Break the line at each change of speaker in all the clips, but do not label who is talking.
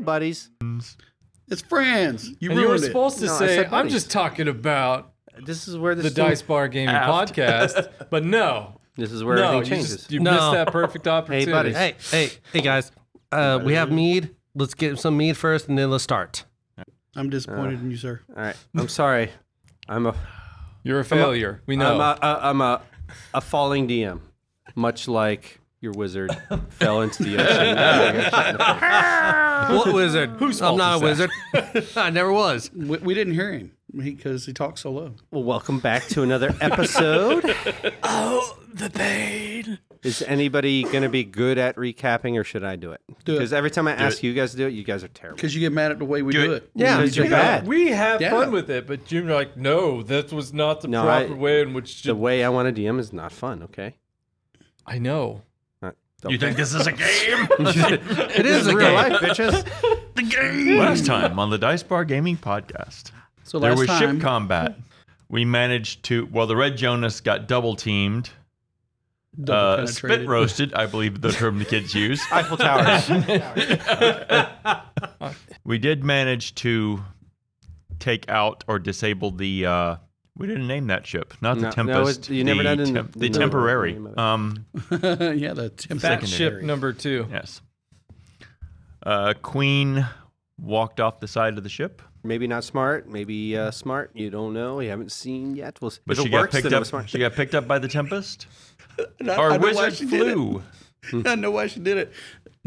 buddies.
It's friends. You
and
ruined
you were
it.
supposed to
No, I
say,
said
"I'm
buddies."
just talking about
This is where this
the
story-
Dice Bar Gaming
Aft.
podcast," but no,
This is where
no, you,
everything changes.
just, you
No.
missed that perfect opportunity.
buddy.
Hey, hey, hey, guys. Uh, we have mead. Let's get some mead first, and then let's start.
I'm disappointed in you, sir.
All right. I'm sorry. I'm a
You're a failure. we know.
am a, a I'm a a falling DM, much like your wizard fell into the ocean.
What wizard? Who's I'm not a wizard. I never was.
We, we didn't hear him because he, talked so low.
well, welcome back to another episode.
The pain.
Is anybody going to be good at recapping, or should I do it?
Do it.
Because every time I ask you guys to do it, you guys are terrible.
Because you get mad at the way we do,
it.
it.
Yeah,
We
it's your
need your
bad.
help.
we have
Yeah.
fun with it, but you're like, no, that was not the
No,
proper
I-
way in which.
The
To,
way I want to DM is not fun. Okay.
I know.
Not-
You think this is a game?
It is a
real
game.
life, bitches?
the game. Last time on the Dice Bar Gaming Podcast,
So
there
last
was
time,
ship combat. We managed to. Well, the Red Jonas got double teamed, uh, spit
penetrated.
roasted. I believe the term the kids use.
Eiffel Towers.
We did manage to take out or disable the. Uh, we didn't name that ship, not the
No, no, it-
Tempest.
you never
the,
done in-
temp- the
no, no,
temporary.
name of it.
Um,
yeah, the Tim
Fat
Secondary.
ship number two.
yes. Uh, Queen walked off the side of the ship,
maybe not smart. Maybe uh, smart. You don't know. We haven't seen yet. We'll see.
but
if
she
it
got
works,
picked
then it
up.
was smart.
She got picked up by the Tempest.
And I- I
Our
know why
wizard
she did it.
flew.
I know why she did it.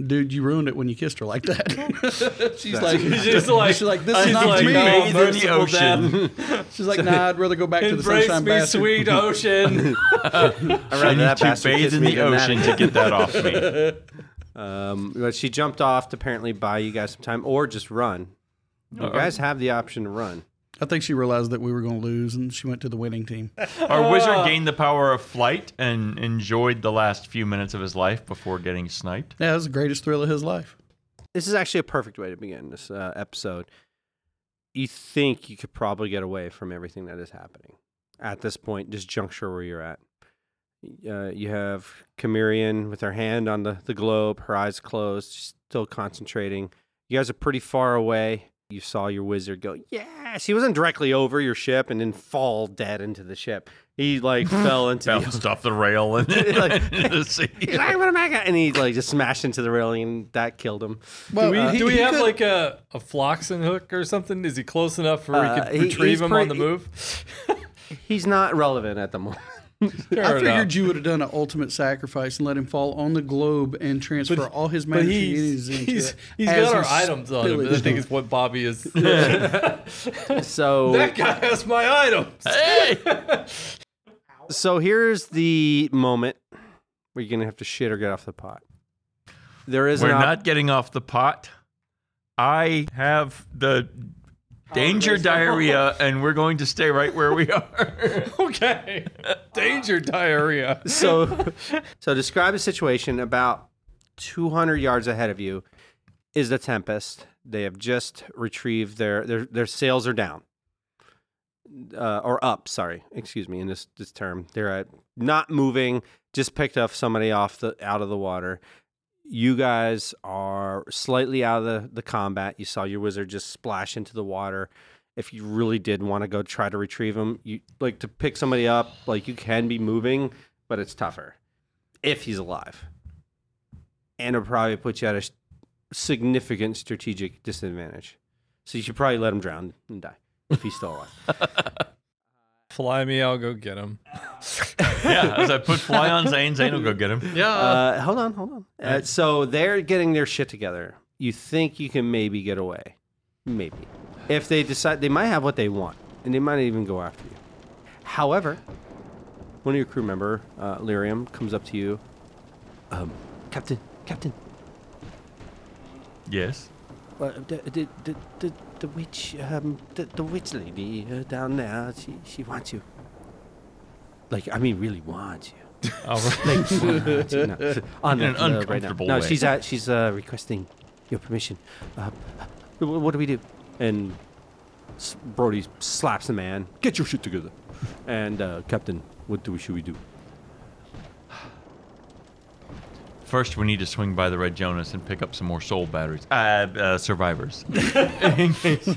Dude, you ruined it when you kissed her like that. she's like,
She's just like,
she's like, this
I
is not
like,
me.
no,
Bathed in the
merciful
ocean.
death.
She's like, nah, I'd rather go back to the
Embrace
sunshine
me,
bastard.
sweet ocean.
I'd
I
rather
need
that
to
bastard
bathe
kiss
in
me
the
than that.
ocean to get that off me.
Um, but she jumped off to apparently buy you guys some time, or just run. You guys have the option to run.
I think she realized that we were going to lose, and she went to the winning team.
Our wizard gained the power of flight and enjoyed the last few minutes of his life before getting sniped.
Yeah, that was the greatest thrill of his life.
This is actually a perfect way to begin this uh, episode. You think you could probably get away from everything that is happening at this point, this juncture where you're at. Uh, you have Camirian with her hand on the, the globe, her eyes closed, she's still concentrating. You guys are pretty far away. You saw your wizard go, yeah. She wasn't directly over your ship and then fall dead into the ship. He like fell into the
Bounced off the rail and
Like-
into the sea.
He's like, "What am I gonna-" And he like just smashed into the railing and that killed him.
Well,
do we,
uh,
do we
he
have
could-
like a, a floxen hook or something? Is he close enough where
Uh,
we
he-
can retrieve
he's
him
pretty-
on the move?
He's not relevant at the moment.
Fair
I figured
enough.
you would have done an ultimate sacrifice and let him fall on the globe and transfer all his
But
magic
he's,
entities into
he's,
it
he's
as
got our
he
items on him. but I
spillaged
think
them.
it's what Bobby is.
So
that guy has my items.
so here's the moment where you're gonna have to shit or get off the pot. There is
We're
an op-
not getting off the pot. I have the danger diarrhea, and we're going to stay right where we are.
okay. Danger diarrhea.
so so describe the situation about 200 yards ahead of you is the tempest they have just retrieved their their, their sails are down uh, or up sorry excuse me in this this term they're at not moving just picked up somebody off the out of the water you guys are slightly out of the, the combat you saw your wizard just splash into the water if you really did want to go try to retrieve him, you like to pick somebody up, like you can be moving, but it's tougher if he's alive. And it'll probably put you at a s- significant strategic disadvantage. So you should probably let him drown and die if he's still alive.
Fly me, I'll go get him.
yeah, as I put fly on Zane, Zane will go get him.
Yeah.
Uh, hold on, hold on. Uh, so they're getting their shit together. You think you can maybe get away? Maybe. If they decide, they might have what they want, and they might even go after you. However, one of your crew member, uh, Lyrium, comes up to you. Um, Captain, Captain,
Yes.
uh, the, the, the, the, the witch, um, the, the witch lady uh, down there, she, she wants you. Like, I mean, really wants you.
All Oh, right.
Like, no, on
In an
the- uh, right now.
uncomfortable
No,
way.
she's uh, she's uh, requesting your permission. Uh, wh- what do we do? And s- Brody slaps the man. Get your shit together. And uh, Captain, what do we should we do?
First, we need to swing by the Red Jonas and pick up some more soul batteries. Uh, uh survivors. In case-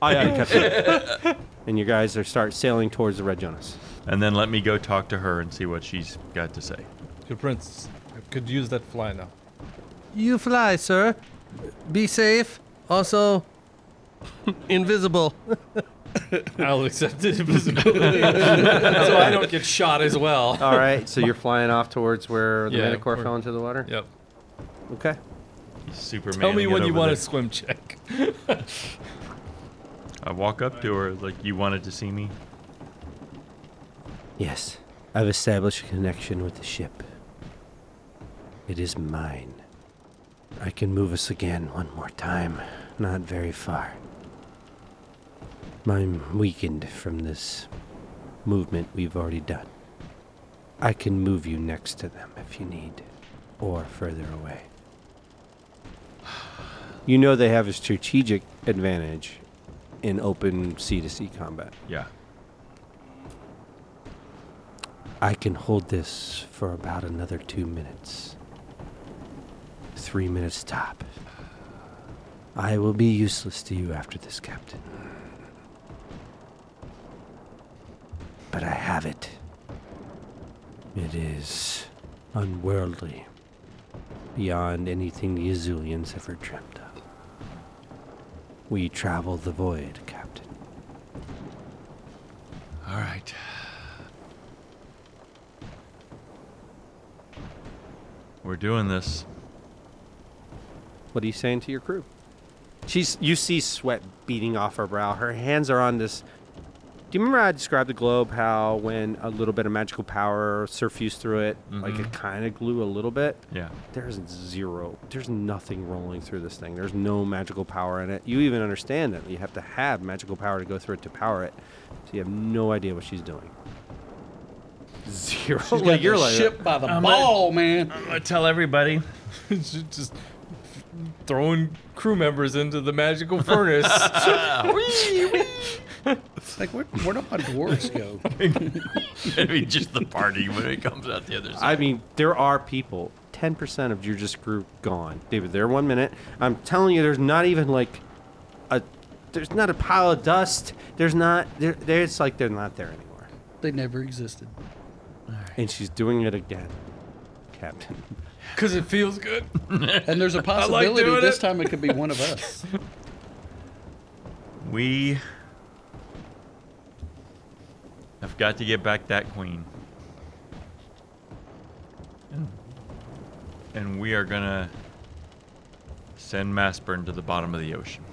I already kept it. And you guys are start sailing towards the Red Jonas.
and then let me go talk to her and see what she's got to say.
Your prince, I could use that fly now.
You fly, sir. Be safe. Also, invisible.
I'll accept it invisibility, so I don't get shot as well.
All right, so you're flying off towards where the
Yeah,
Manticore
we're-
fell into the water.
Yep.
Okay.
Superman.
Tell me
get
when you
over
want a
this.
swim check.
I walk up to her like you wanted to see me.
Yes, I've established a connection with the ship. It is mine. I can move us again one more time, not very far. I'm weakened from this movement we've already done. I can move you next to them if you need, or further away. You know they have a strategic advantage in open sea to sea combat.
Yeah.
I can hold this for about another two minutes. Three minutes top. I will be useless to you after this, Captain. But I have it. It is unworldly, beyond anything the Azulians ever dreamt of. We travel the void, Captain.
All right. We're doing this.
What are you saying to your crew? She's you see sweat beating off her brow. Her hands are on this. Do you remember I described the globe how when a little bit of magical power surfused through it, like it
Mm-hmm.
kind of glue a little bit?
Yeah.
There's zero. There's nothing rolling through this thing. There's no magical power in it. You even understand that you have to have magical power to go through it to power it. So you have no idea what she's doing. Zero.
She's got the ship by the ball, man.
I'm gonna tell everybody.
She's just throwing crew members into the magical furnace.
It's like where, where do my dwarves go?
I mean, just the party when it comes out the other side.
I mean, there are people. Ten percent of your just group gone. They were there one minute. I'm telling you, there's not even like a there's not a pile of dust. There's not there. there it's like they're not there anymore.
they never existed.
And she's doing it again, Captain.
Because it feels good.
And there's a
like
possibility
doing
this
it.
time it could be one of us.
we have got to get back that queen. And we are gonna send Massburn to the bottom of the ocean.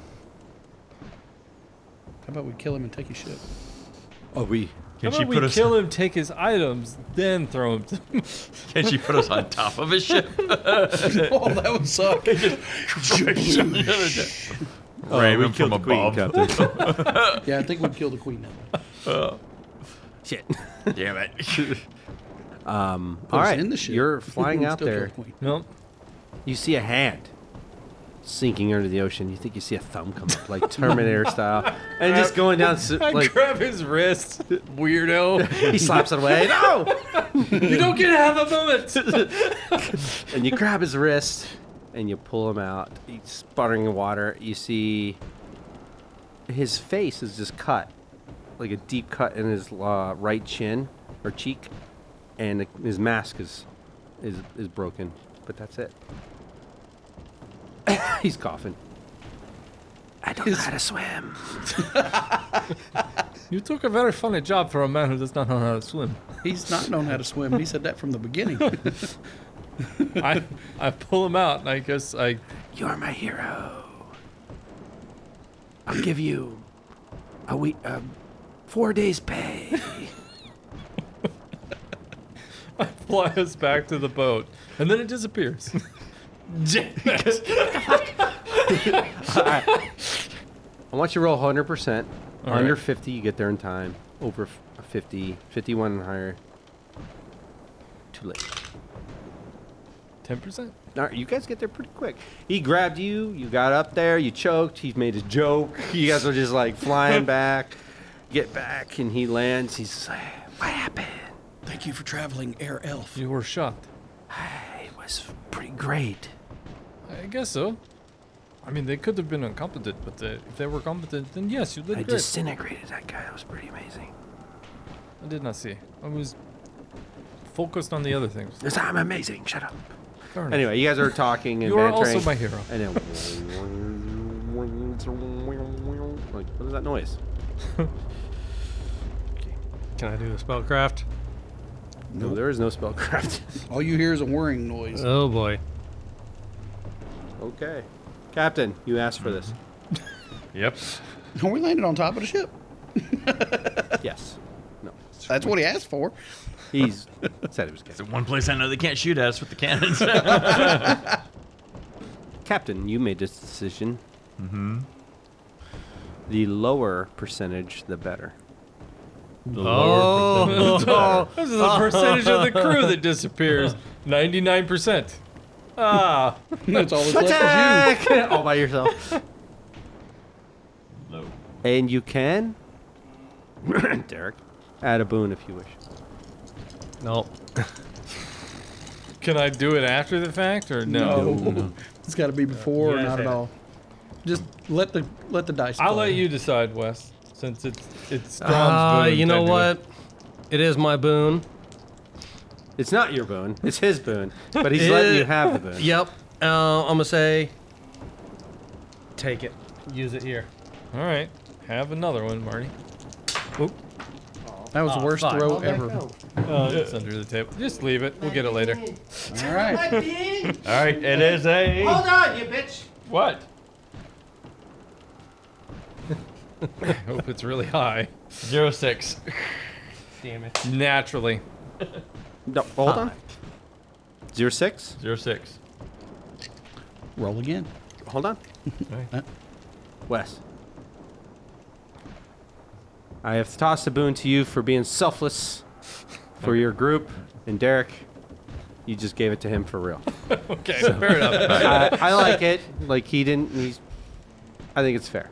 How about we kill him and take his ship?
Oh, we.
Can
How
she
about
put
we
us?
kill him, take his items, then throw him? To-
Can she put us on top of a ship?
Oh, that would suck.
Raven
we killed
from
the queen,
above.
Captain.
yeah, I think we'd kill the queen that way.
Shit.
Damn it.
All right,
in the ship.
you're flying
We'd
out
still kill
there.
the queen.
no,
You see a hand sinking under the ocean. You think you see a thumb come up, like Terminator style, and just going down. s-
I
Like
grab his wrist, weirdo.
he slaps it away. No.
you don't get to have a moment.
and you grab his wrist and you pull him out. He's sputtering in water. You see his face is just cut, like a deep cut in his uh, right chin or cheek, and his mask is is is broken. But that's it. He's coughing. I don't know how to swim.
you took a very funny job for a man who does not know how to swim.
He's not known how to swim. He said that from the beginning.
I, I pull him out, and I guess I
You're my hero. I'll give you a week, uh, four days' pay.
fly us back to the boat, and then it disappears. Damn it.
I want you to roll 100%.
All
Under
right.
50, you get there in time. Over f- 50, 51 and higher. Too late.
10%?
All right, you guys get there pretty quick. He grabbed you. You got up there. You choked. He made a joke. You guys are just like flying back. Get back, and he lands. He's like, What happened?
Thank you for traveling, Air Elf.
You were shot.
It was was pretty great.
I guess so. I mean, they could have been incompetent, but uh, if they were competent, then yes, you did
I
great.
disintegrated that guy. That was pretty amazing.
I did not see. I was focused on the other things.
Yes, I'm amazing. Shut up.
Darn it.
Anyway, you guys are talking and
you are
bantering.
also my hero.
And then, like, what is that noise?
Can I do a spellcraft?
No, there is no spellcraft.
All you hear is a whirring noise.
Oh boy.
okay, Captain, you asked for this.
Yep.
And we landed on top of the ship.
yes. No.
That's what he asked for.
He's said it was captain.
The one place I know they can't shoot at us with the cannons.
Captain, you made this decision. Mm-hmm. The lower percentage, the better.
Oh,
This is the percentage of the crew that disappears. 99%. Ah,
That's all that's left is
all by yourself.
Low.
And you can, Derek, add a boon if you wish.
no.
can I do it after the fact or
you.
no?
It's got to be before or
Yeah,
not at
yeah.
all. Just let the let the dice.
I'll
play.
let you decide, Wes, since it's it's Dom's
Uh,
boon,
you know
technically.
what? It is my boon.
It's not your boon. It's his boon. But he's letting you have the boon.
Yep. Uh, I'm gonna say, take it. Use it here.
All right. Have another one, Marty.
That was the
Ah,
worst
fuck.
throw
How'd that
ever.
go?
Uh, It's under the table. Just leave it. We'll get it later.
All right.
All right, it is a.
on, you bitch.
What? I hope it's really high.
Zero six.
Damn it.
Naturally.
No, hold on. Zero six.
Zero six.
Roll again.
Hold on. Wes. I have tossed a boon to you for being selfless for your group. And Derek, you just gave it to him for real.
Okay, fair enough.
I, I like it. Like he didn't. He's. I think it's fair.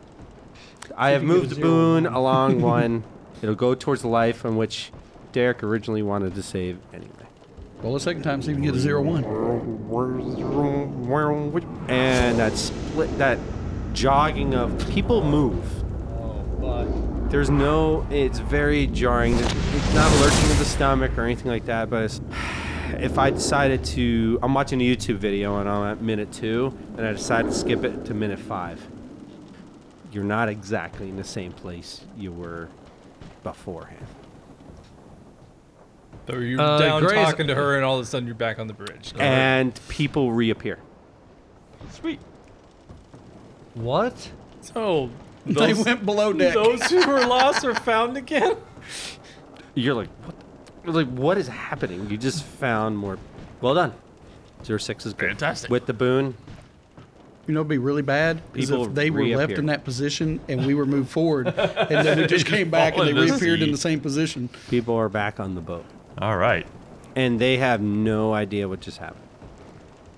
I have
you get a
moved the
zero
boon along one. It'll go towards the life on which Derek originally wanted to save anyway.
Roll a second time, see if you can get a zero one.
And that split, that jogging of people move. There's no. It's very jarring. It's not lurching of the stomach or anything like that. But it's, if I decided to, I'm watching a YouTube video and I'm at minute two, and I decide to skip it to minute five. You're not exactly in the same place you were beforehand.
So you're
Uh,
down
Gray's-
talking to her, and all of a sudden you're back on the bridge.
Uh, And people reappear.
Sweet.
What?
so
They
those,
went below deck.
those who were lost are found again.
You're like, what? the- Like, what is happening? You just found more. Well done. Zero six is good.
Fantastic.
With the boon,
You know, it'd be really bad is
People
if they were left
reappear.
in that position and we were moved forward, and then we just came back and they
All in the
reappeared in
sea.
the same position.
people are back on the boat,
All right,
and they have no idea what just happened.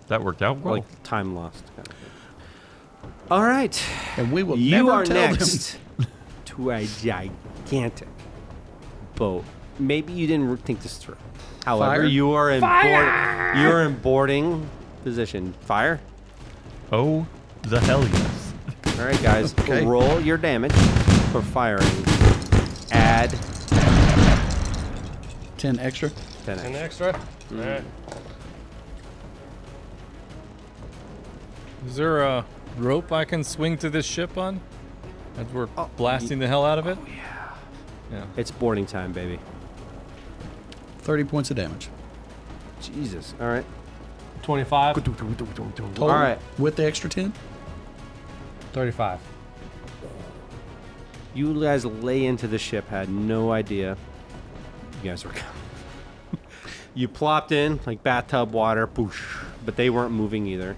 that worked out well.
Like time lost. Kind of thing. All right,
And we will
you
never
are
tell them.
next to a gigantic boat. Maybe you didn't think this through. However,
Fire?
you are in board, you are in boarding position. Fire.
oh, the hell yes.
All right, guys.
Okay.
Roll your damage for firing. Add
Ten extra.
10
An extra. All right.
Is there a rope I can swing to this ship on? As we're blasting the hell out of it?
It's boarding time, baby.
Thirty points of damage.
Jesus. All right.
Twenty-five.
Total
All right.
With the extra ten.
Thirty-five.
You guys lay into the ship, had no idea you guys were coming. you plopped in like bathtub water, poosh, but they weren't moving either.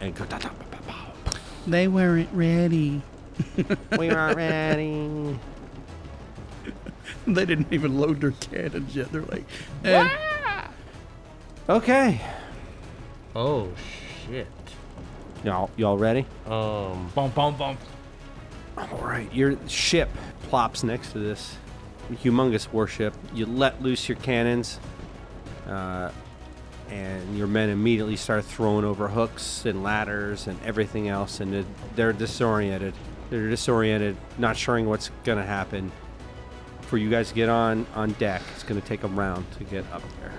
And go, da, da, ba, ba, ba.
They weren't ready.
we aren't ready.
They didn't even load their cannons yet. They're like, eh. and
Okay.
Oh shit.
Y'all, y'all ready?
Um.
Bump, bump, bump.
All right, your ship plops next to this humongous warship. You let loose your cannons. Uh, and your men immediately start throwing over hooks and ladders and everything else, and it- they're disoriented. They're disoriented, not sure what's gonna happen. For you guys to get on on deck, it's gonna take a round to get up there.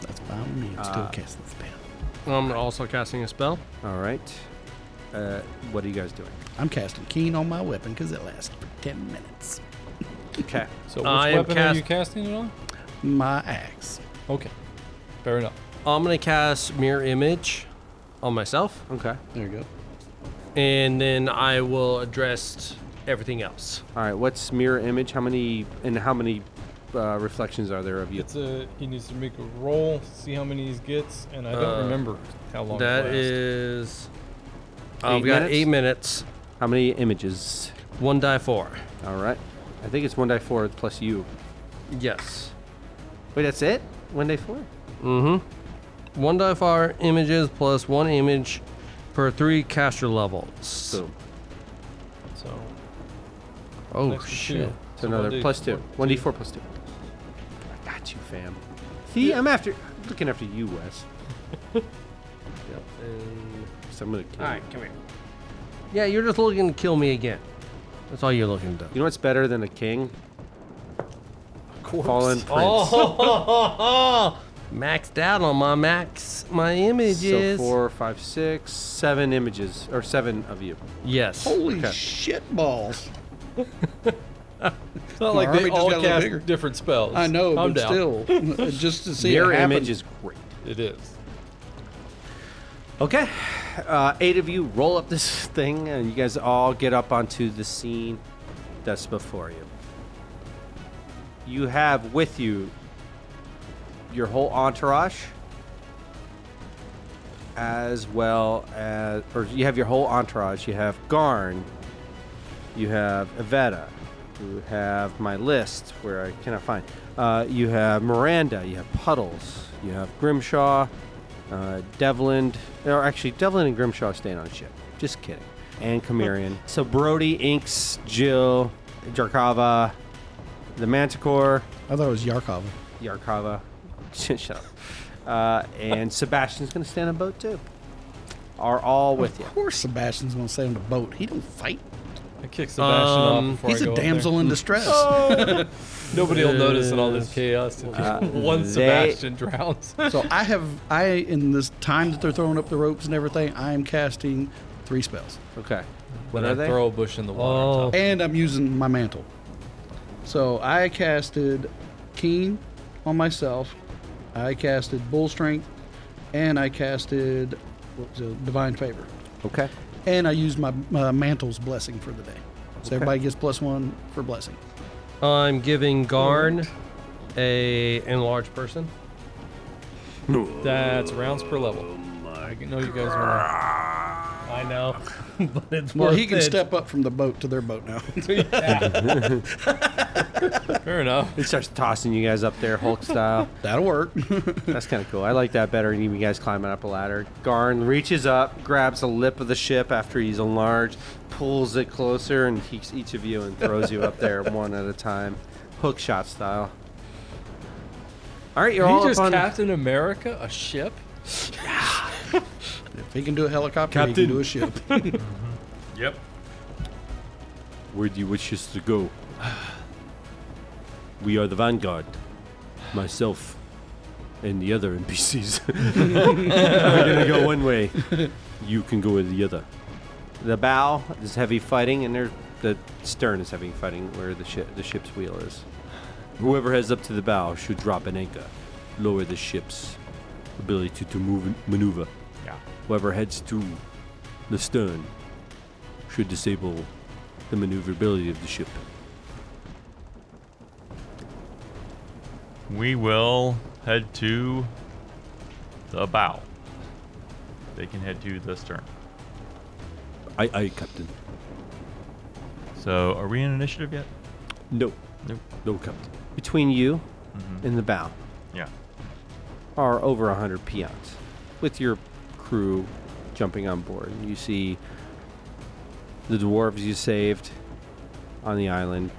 That's fine with me. I'm still casting the spell.
I'm also casting a spell.
All right. Uh, what are you guys doing?
I'm casting keen on my weapon because it lasts for ten minutes.
Okay.
So which
I am
weapon are you
cast-
casting it on?
My axe.
Okay. Fair enough.
I'm gonna cast mirror image on myself,
Okay.
There you go.
and then I will address everything else.
All right. What's mirror image? How many and how many uh, reflections are there of you?
It's a he needs to make a roll, see how many he gets, and I don't
Uh,
remember how long.
That
it lasts.
is. I've
Eight
got
minutes?
eight minutes.
How many images?
One die four.
All right. I think it's one die four plus you.
Yes.
Wait, that's it? One die four?
One die four images plus one image per three caster levels.
Boom.
so.
oh
next to
shit.
two.
It's another
one
plus
d-
two. One d four plus two. I got you, fam. See, I'm after looking after you, Wes. So I'm gonna kill you.
come here. Yeah, you're just looking to kill me again. That's all you're looking to do.
You know what's better than a king? Fallen prince.
Oh, maxed out on my max, my
So
images.
four, five, six, seven images or seven of you.
yes.
Holy
Okay.
shit balls!
It's not
My
like they
army just
all
got a little
cast
bigger.
different spells.
I know,
Calm
but
down.
still, just to see
Mirror
it happen.
image is great.
it is.
Okay, uh, eight of you roll up this thing, and you guys all get up onto the scene that's before you. You have with you your whole entourage, as well as, or you have your whole entourage. You have Garn, you have Evetta, you have my list where I cannot find. Uh, you have Miranda, you have Puddles, you have Grimshaw, uh, Devlin, or actually Devlin and Grimshaw staying on ship. Just kidding. And Chimerian. so Brody, Inks, Jill, Jarkava, the Manticore,
I thought it was Yarkov.
Yarkava, shut up, uh, and Sebastian's gonna stand on boat too. Are all with you.
Of course, Sebastian's gonna stay on the boat. He don't fight.
I kick Sebastian
Um,
off before
He's
I go
a
up there.
damsel in distress.
Nobody will notice in all this chaos if one
Uh, they-
Sebastian drowns.
So I have I in this time that they're throwing up the ropes and everything, I am casting three spells,
Okay. What
when
are
I
they?
throw a bush in the water.
Oh,
and I'm using my mantle. So I casted keen on myself. I casted bull strength, and I casted what was it, divine favor,
Okay.
and I used my uh, mantle's blessing for the day. So everybody gets plus one for blessing.
I'm giving Garn a enlarged person.
That's rounds per level. I know you guys want.
I know, but it's
Well, he can step up from the boat to their boat now.
Fair enough.
It starts tossing you guys up there, Hulk style.
That'll work.
That's kind of cool. I like that better than you guys climbing up a ladder. Garn reaches up, grabs the lip of the ship after he's enlarged, pulls it closer, and keeps each of you and throws you up there one at a time, hook shot style. All right, you're
He
all
just
up on.
Captain America, a ship.
if he can do a helicopter, he
Captain.
can do a ship.
Yep.
Where do you wish us to go? We are the vanguard. Myself and the other NPCs. We're gonna go one way. You can go with the other. The bow is heavy fighting, and there, the stern is heavy fighting, where the ship, the ship's wheel is. Whoever heads up to the bow should drop an anchor, lower the ship's ability to, to move and maneuver.
Yeah.
Whoever heads to the stern should disable the maneuverability of the ship.
We will head to the bow. They can head to the stern.
Aye, aye, Captain.
So, are we in initiative yet?
No.
Nope.
No, Captain. Mm-hmm. Between you and the bow
Yeah.
are over 100 peons with your crew jumping on board. You see the dwarves you saved on the island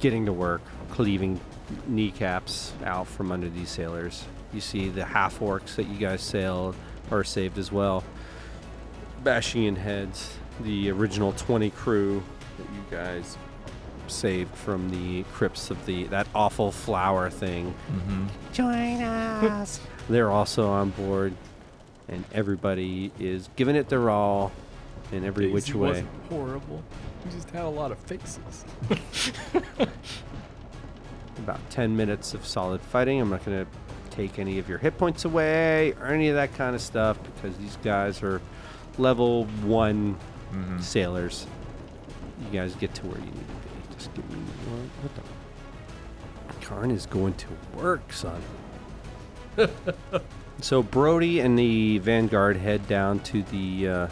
getting to work, cleaving kneecaps out from under these sailors. You see the half orcs that you guys sailed or saved as well. Bashing in heads, the original 20 crew that you guys saved from the crypts of the that awful flower thing.
Mm-hmm.
Join us. They're also on board, and everybody is giving it their all in every which
Daisy
way.
wasn't horrible. You just had a lot of faces.
about 10 minutes of solid fighting. I'm not going to take any of your hit points away or any of that kind of stuff because these guys are level one sailors. You guys get to where you need to be. Just give me one. What the? Karn is going to work, son. so Brody and the Vanguard head down to the uh,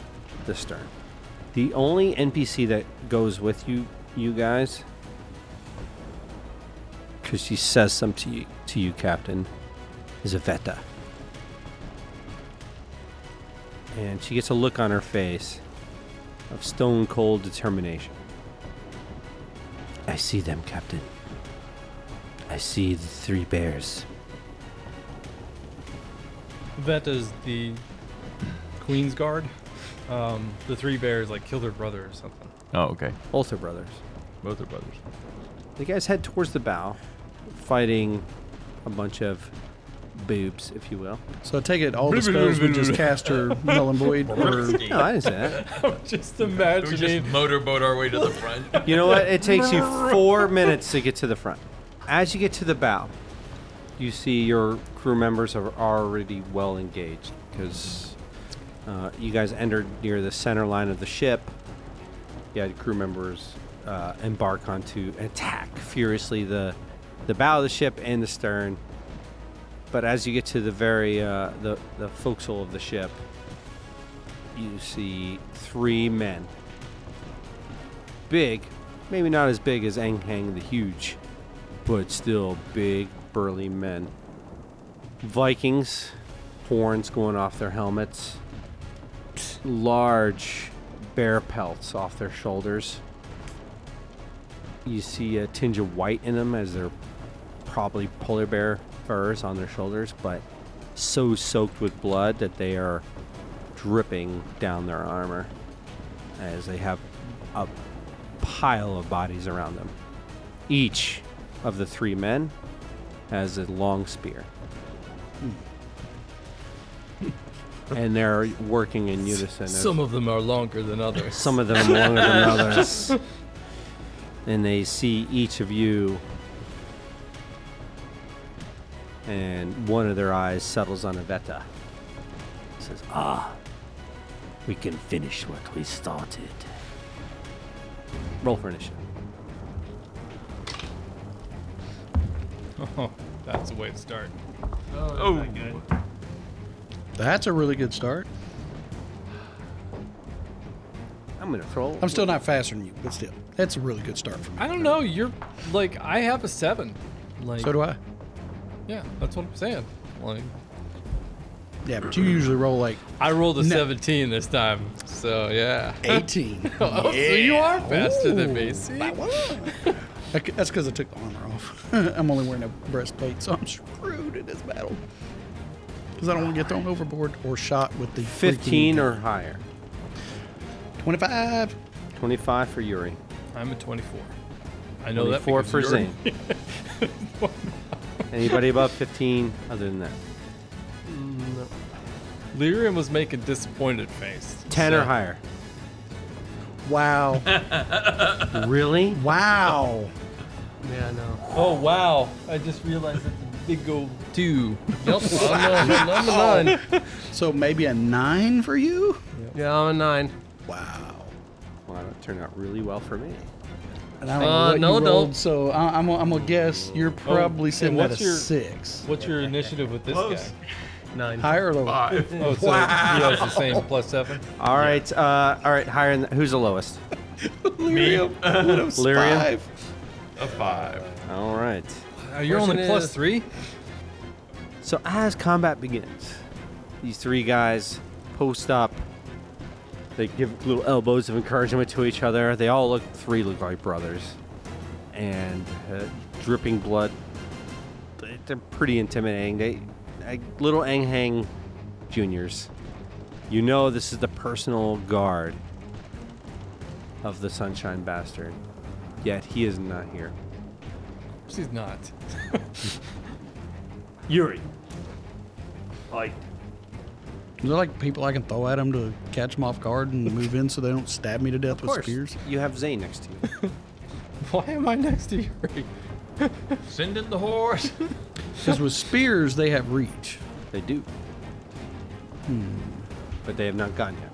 the stern. The only NPC that goes with you, you guys, because she says something to you, to you, Captain, is Aveta. And she gets a look on her face of stone cold determination. I see them, Captain. I see the three bears.
That is the Queen's Guard. Um, the three bears like killed her brother or something.
Oh, okay.
Ulcer brothers.
Both are brothers.
The guys head towards the bow, fighting a bunch of boobs, if you will.
So I take it all the spells would just cast her null and void. Or,
No, I didn't say that.
just imagining.
motorboat our way to the front.
You know what? It takes you four minutes to get to the front. As you get to the bow, you see your crew members are already well engaged because uh, you guys entered near the center line of the ship. You had crew members uh, embark onto attack furiously the the bow of the ship and the stern. But as you get to the very uh, the the forecastle of the ship, you see three men. Big, maybe not as big as Ang Hang the Huge, but still big, burly men. Vikings, horns going off their helmets, large bear pelts off their shoulders. You see a tinge of white in them as they're probably polar bear furs on their shoulders, but so soaked with blood that they are dripping down their armor as they have a pile of bodies around them. Each of the three men has a long spear. and they're working in unison. as-
Some of them are longer than others.
some of them longer than others. And they see each of you. And one of their eyes settles on Aveta. Says, Ah, we can finish what we started. Roll for initiative.
Oh, that's a way to start.
Oh,
that's a really good start.
I'm going to throw.
I'm still not faster than you, but still, that's a really good start for me.
I don't know. You're like I have a seven. Like
So do I.
yeah, that's what I'm saying. Like
Yeah, but you usually roll like
I rolled a 17 this time, so yeah.
18.
Oh, so you are faster than me. See?
That- That's because I took the armor off. I'm only wearing a breastplate, so I'm screwed in this battle. Because I don't want to get thrown overboard or shot with the
15
freaking-
or higher.
25.
25 for Yuri.
I'm a 24. I know that
24
because
for
you're-
Zane. Anybody above 15 other than that?
Lyrian was making disappointed face.
10 or
so-
higher.
Wow.
Really?
wow.
Yeah, I know.
Oh wow! I just realized it's a big old two.
Yup, I'm a, I'm a nine.
So maybe a nine for you?
Yeah, I'm a nine.
Wow.
Well, that turned out really well for me.
And I don't
Uh,
know what
no,
you
don't.
rolled, so I, I'm, gonna- I'm gonna guess you're probably
and
sitting at a
what's your-
six.
What's your initiative with this
Close.
guy?
Nine.
Higher or lower?
five.
Oh, so wow. he has the same plus seven.
All right, uh, all right. Higher than who's the lowest?
Lyrium. Lyrium's
Lyrium?
five.
A five.
All right.
Uh, you're
Person
only plus
is-
three.
So as combat begins, these three guys post up. They give little elbows of encouragement to each other. They all look three look like brothers, and uh, dripping blood. They- They're pretty intimidating. They uh, little Ang Hang juniors. You know this is the personal guard of the Sunshine Bastard. Yet he is not here.
She's not.
Yuri,
Like,
Is there like people I can throw at them to catch them off guard and move in so they don't stab me to death
of
with
course,
spears?
you have Zane next to you.
Why am I next to Yuri?
Send in the horse.
Because with spears they have reach.
They do. Hmm. But they have not gone yet.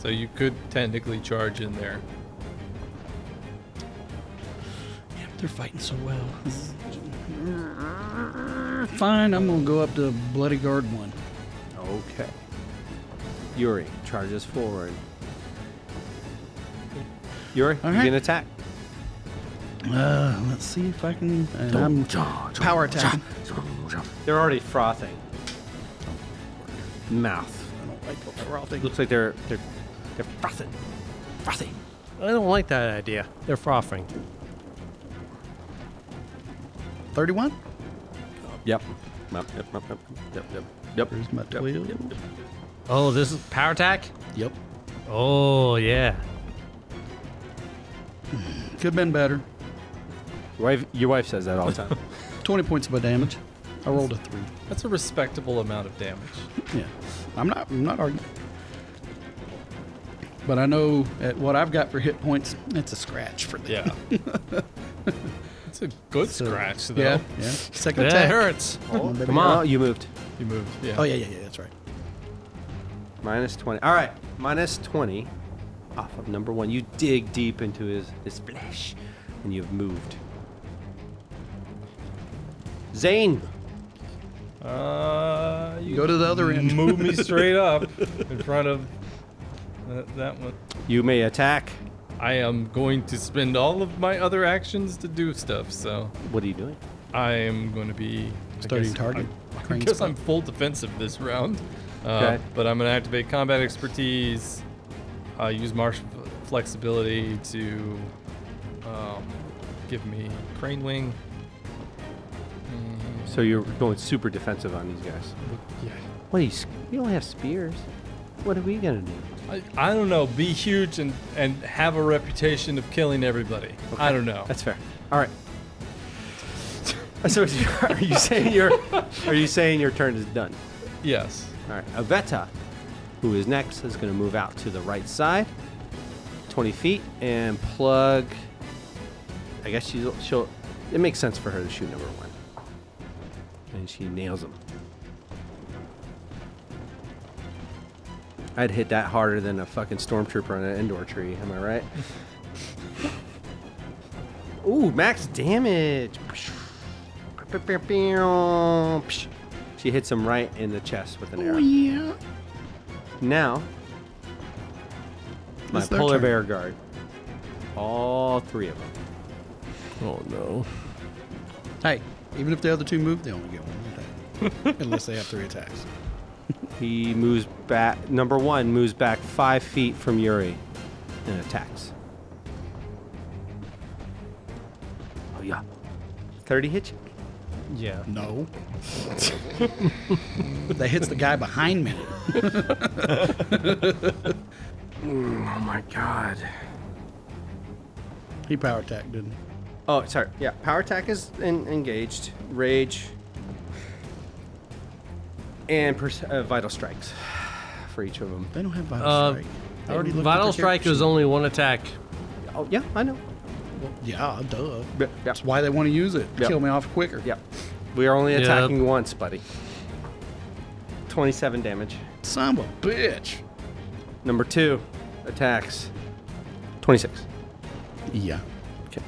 So you could technically charge in there.
They're fighting so well. Fine, I'm gonna go up to bloody guard one.
Okay. Yuri charges forward. Yuri,
All
you
right.
can attack.
Uh, let's see if I can. And I'm power attacking.
They're already frothing. Mouth.
I don't like the raw thing.
Looks like they're they're they're frothing. Frothing.
I don't like that idea. They're frothing.
31.
Yep. Yep. Yep. Yep. Yep. Yep. Yep. yep.
There's my 12. Yep.
Oh, this is power attack? Oh, yeah.
Could have been better.
Your wife, your wife says that all the time.
20 points of my damage. I rolled a three.
That's a respectable amount of damage.
Yeah, I'm not. I'm not arguing. But I know at what I've got for hit points, it's a scratch for them.
Yeah. It's a good scratch, though.
Yeah, yeah. Second
That
attack.
hurts.
Oh, baby.
Come on. Oh, you moved.
You moved. Yeah.
Oh yeah, yeah, yeah. That's right.
Minus 20. All right, minus 20 off of number one. You dig deep into his, his flesh and you've moved. Zane,
Uh, you
Go to the other end.
Move me straight up in front of that, that one.
you may attack.
I am going to spend all of my other actions to do stuff, so
What are you doing?
I am going to be I
Starting
guess-
target.
I, I
Crane
guess
spot.
I'm full defensive this round, uh,
Okay.
but I'm going to activate combat expertise. Uh, use martial f- flexibility to um, give me crane wing. And-
So you're going super defensive on these guys.
yeah.
What are you? s- You don't have spears. What are we gonna do?
I, I don't know. Be huge and, and have a reputation of killing everybody. I don't know.
That's fair. All right. So is your- are you saying your are you saying your turn is done?
yes.
All right, Aveta, who is next, is going to move out to the right side, 20 feet, and plug. I guess she'll, she'll. It makes sense for her to shoot number one. And she nails him. I'd hit that harder than a fucking stormtrooper on an indoor tree, am I right? Ooh, max damage. She hits him right in the chest with an arrow.
Yeah.
Now, my
It's their
polar
turn.
bear guard. All three of them.
Oh, no.
Hey, even if the other two move, they only get one attack, unless they have three attacks.
He moves back. Number one moves back five feet from Yuri and attacks. Oh yeah, thirty hit. you?
Yeah.
No. that hits the guy behind me.
Oh my god.
He power attacked, didn't he?
Oh sorry. Yeah, power attack is en- engaged. Rage. And pers- uh, vital strikes for each of them.
They don't have vital
Uh,
strike. I already looked at
Vital
their
Strike
character
is only one attack.
Oh yeah, I know.
sheet. Yeah, duh.
Yeah, yeah.
That's why they want to use it.
Yeah.
Kill me off quicker.
Yep. We are only
Yep.
attacking once, buddy. 27 damage.
Son of a bitch.
Number two attacks. 26.
Yeah.
Okay.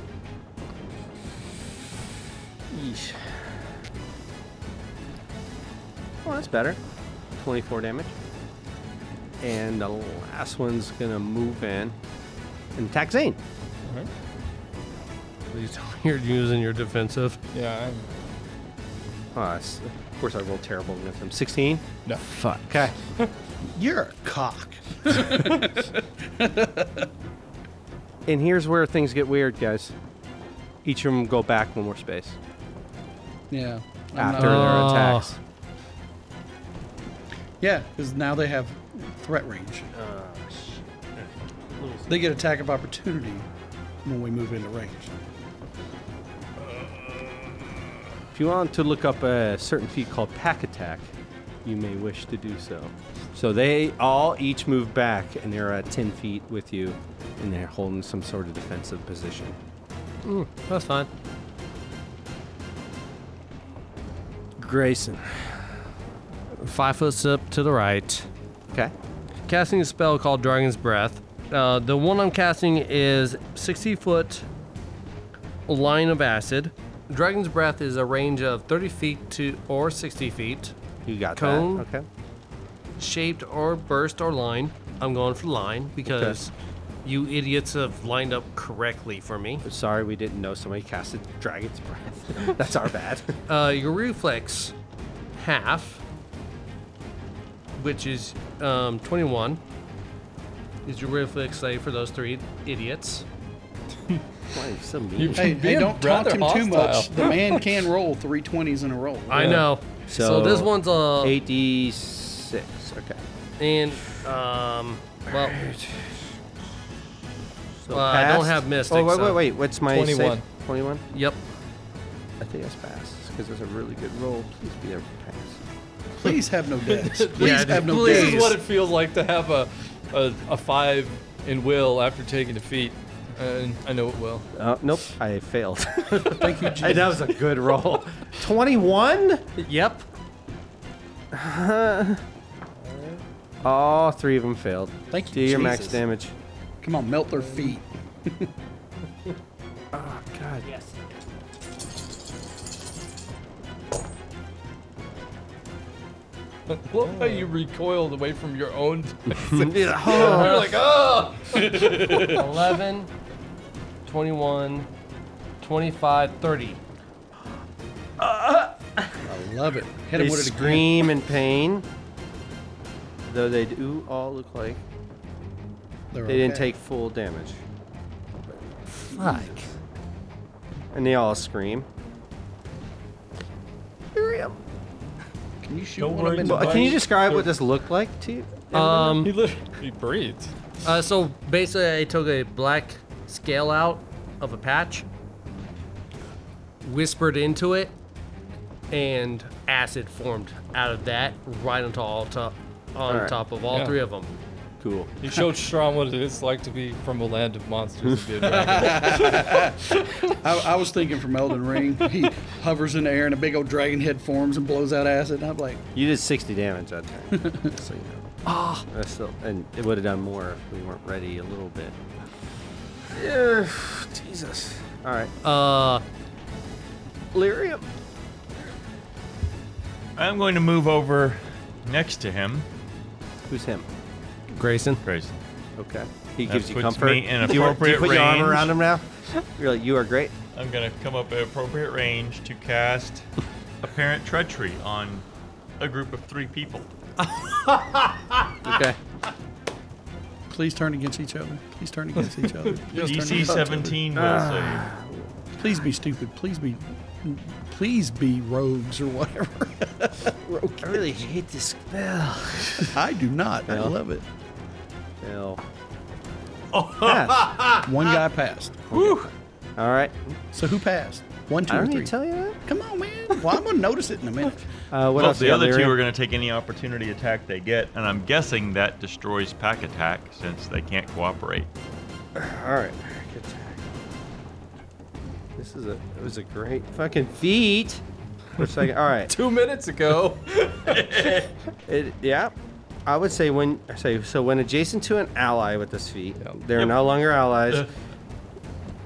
Well, that's better. 24 damage. And the last one's going to move in and attack Zane.
Please tell me you're using your defensive.
Yeah. I'm,
Oh, that's- of course, I rolled terrible against him. 16?
No.
Fuck. Okay.
You're a cock.
And here's where things get weird, guys. Each of them go back one more space.
Yeah. I'm not-
after their
Oh.
attacks.
yeah, because now they have threat range. They get attack of opportunity when we move into range.
If you want to look up a certain feat called Pack Attack, you may wish to do so. So they all each move back, and they're at 10 feet with you, and they're holding some sort of defensive position.
Mm, that's fine.
Grayson.
Five foot step to the right.
Okay.
Casting a spell called Dragon's Breath. Uh, the one I'm casting is 60 foot line of acid. Dragon's Breath is a range of 30 feet to or 60 feet,
You got
Cone.
that. Okay.
shaped or burst or line. I'm going for line because you idiots have lined up correctly for me.
Sorry, we didn't know somebody casted Dragon's Breath. That's our bad.
Uh, your reflex half, which is um, 21, is your reflex save for those three idiots.
Why are you so mean?
Hey, hey
being
don't taunt
rather
him too much. The man can roll three 20s in a row.
I know. So, this
So,
one's a
86. Okay.
and um well
So
Well, I don't
passed.
have Mystic,
Oh, wait,
so-
wait, wait. What's my
21.
21?
yep
I think that's passed because it's a really good roll. Please be there for pass.
Please have no deaths. Please
Yeah,
have no
please.
This
days.
is what it feels like to have a, a, a five in will after taking defeat. And I know it will.
Uh, nope, I failed. Thank you, Jesus. That was a good roll. 21?
yep
All three of them failed.
Thank you,
Do your max
Jesus.
damage.
Come on, melt their feet.
Oh, God.
Yes.
Love how you recoiled away from your own.
Yeah.
You're like, oh!
11 21 25 30
I love it. Hit him
They
with it again.
scream in pain, though they do all look like
They're
they didn't
okay.
take full damage. Fuck. And they all scream. Miriam.
Can you shoot
Don't
one of
worry,
them in the Uh,
Well,
Mike.
butt?
can you describe what this looked like to you?
um
He literally he breathed.
Uh, so basically, I took a black scale out of a patch, whispered into it, and acid formed out of that right onto all top, on
Alright.
top of all
Yeah.
three of them.
Cool.
He showed Strom what it is like to be from a land of monsters. and be a dragon.
I, I was thinking from Elden Ring. He hovers in the air and a big old dragon head forms and blows out acid. And I'm like,
You did 60 damage that time. just so you know. Ah. still, and it would have done more if we weren't ready a little bit. Yeah, Jesus. All right.
Uh,
Lyrium.
I'm going to move over next to him.
Who's him?
Grayson.
Grayson.
Okay. He
That
gives you
puts
comfort.
me in
do you, do you
appropriate
put your arm
range.
around him now? You're like, you are great.
I'm going to come up at appropriate range to cast Apparent Treachery on a group of three people.
Okay.
please turn against each other. Please turn against each other. Please turn
DC
against each other.
17 will save.
Please be stupid. Please be, please be rogues or whatever.
I really hate this spell.
I do not. I
Yeah.
love it.
Spell. Oh.
One guy passed.
All right.
So who passed? One, two,
I
or
don't
three.
need to tell you that.
Come on, man. Well, I'm gonna notice it in a minute.
Uh, what
well,
else?
the
you got,
other two
Lyrium?
are going to take any opportunity attack they get, and I'm guessing that destroys pack attack since they can't cooperate.
All right. Good attack. This is a. It was a great fucking feat. For a second. All right.
Two minutes ago.
It, yeah. I would say when say so when adjacent to an ally with this feat, they're
Yep.
no longer allies.
Uh.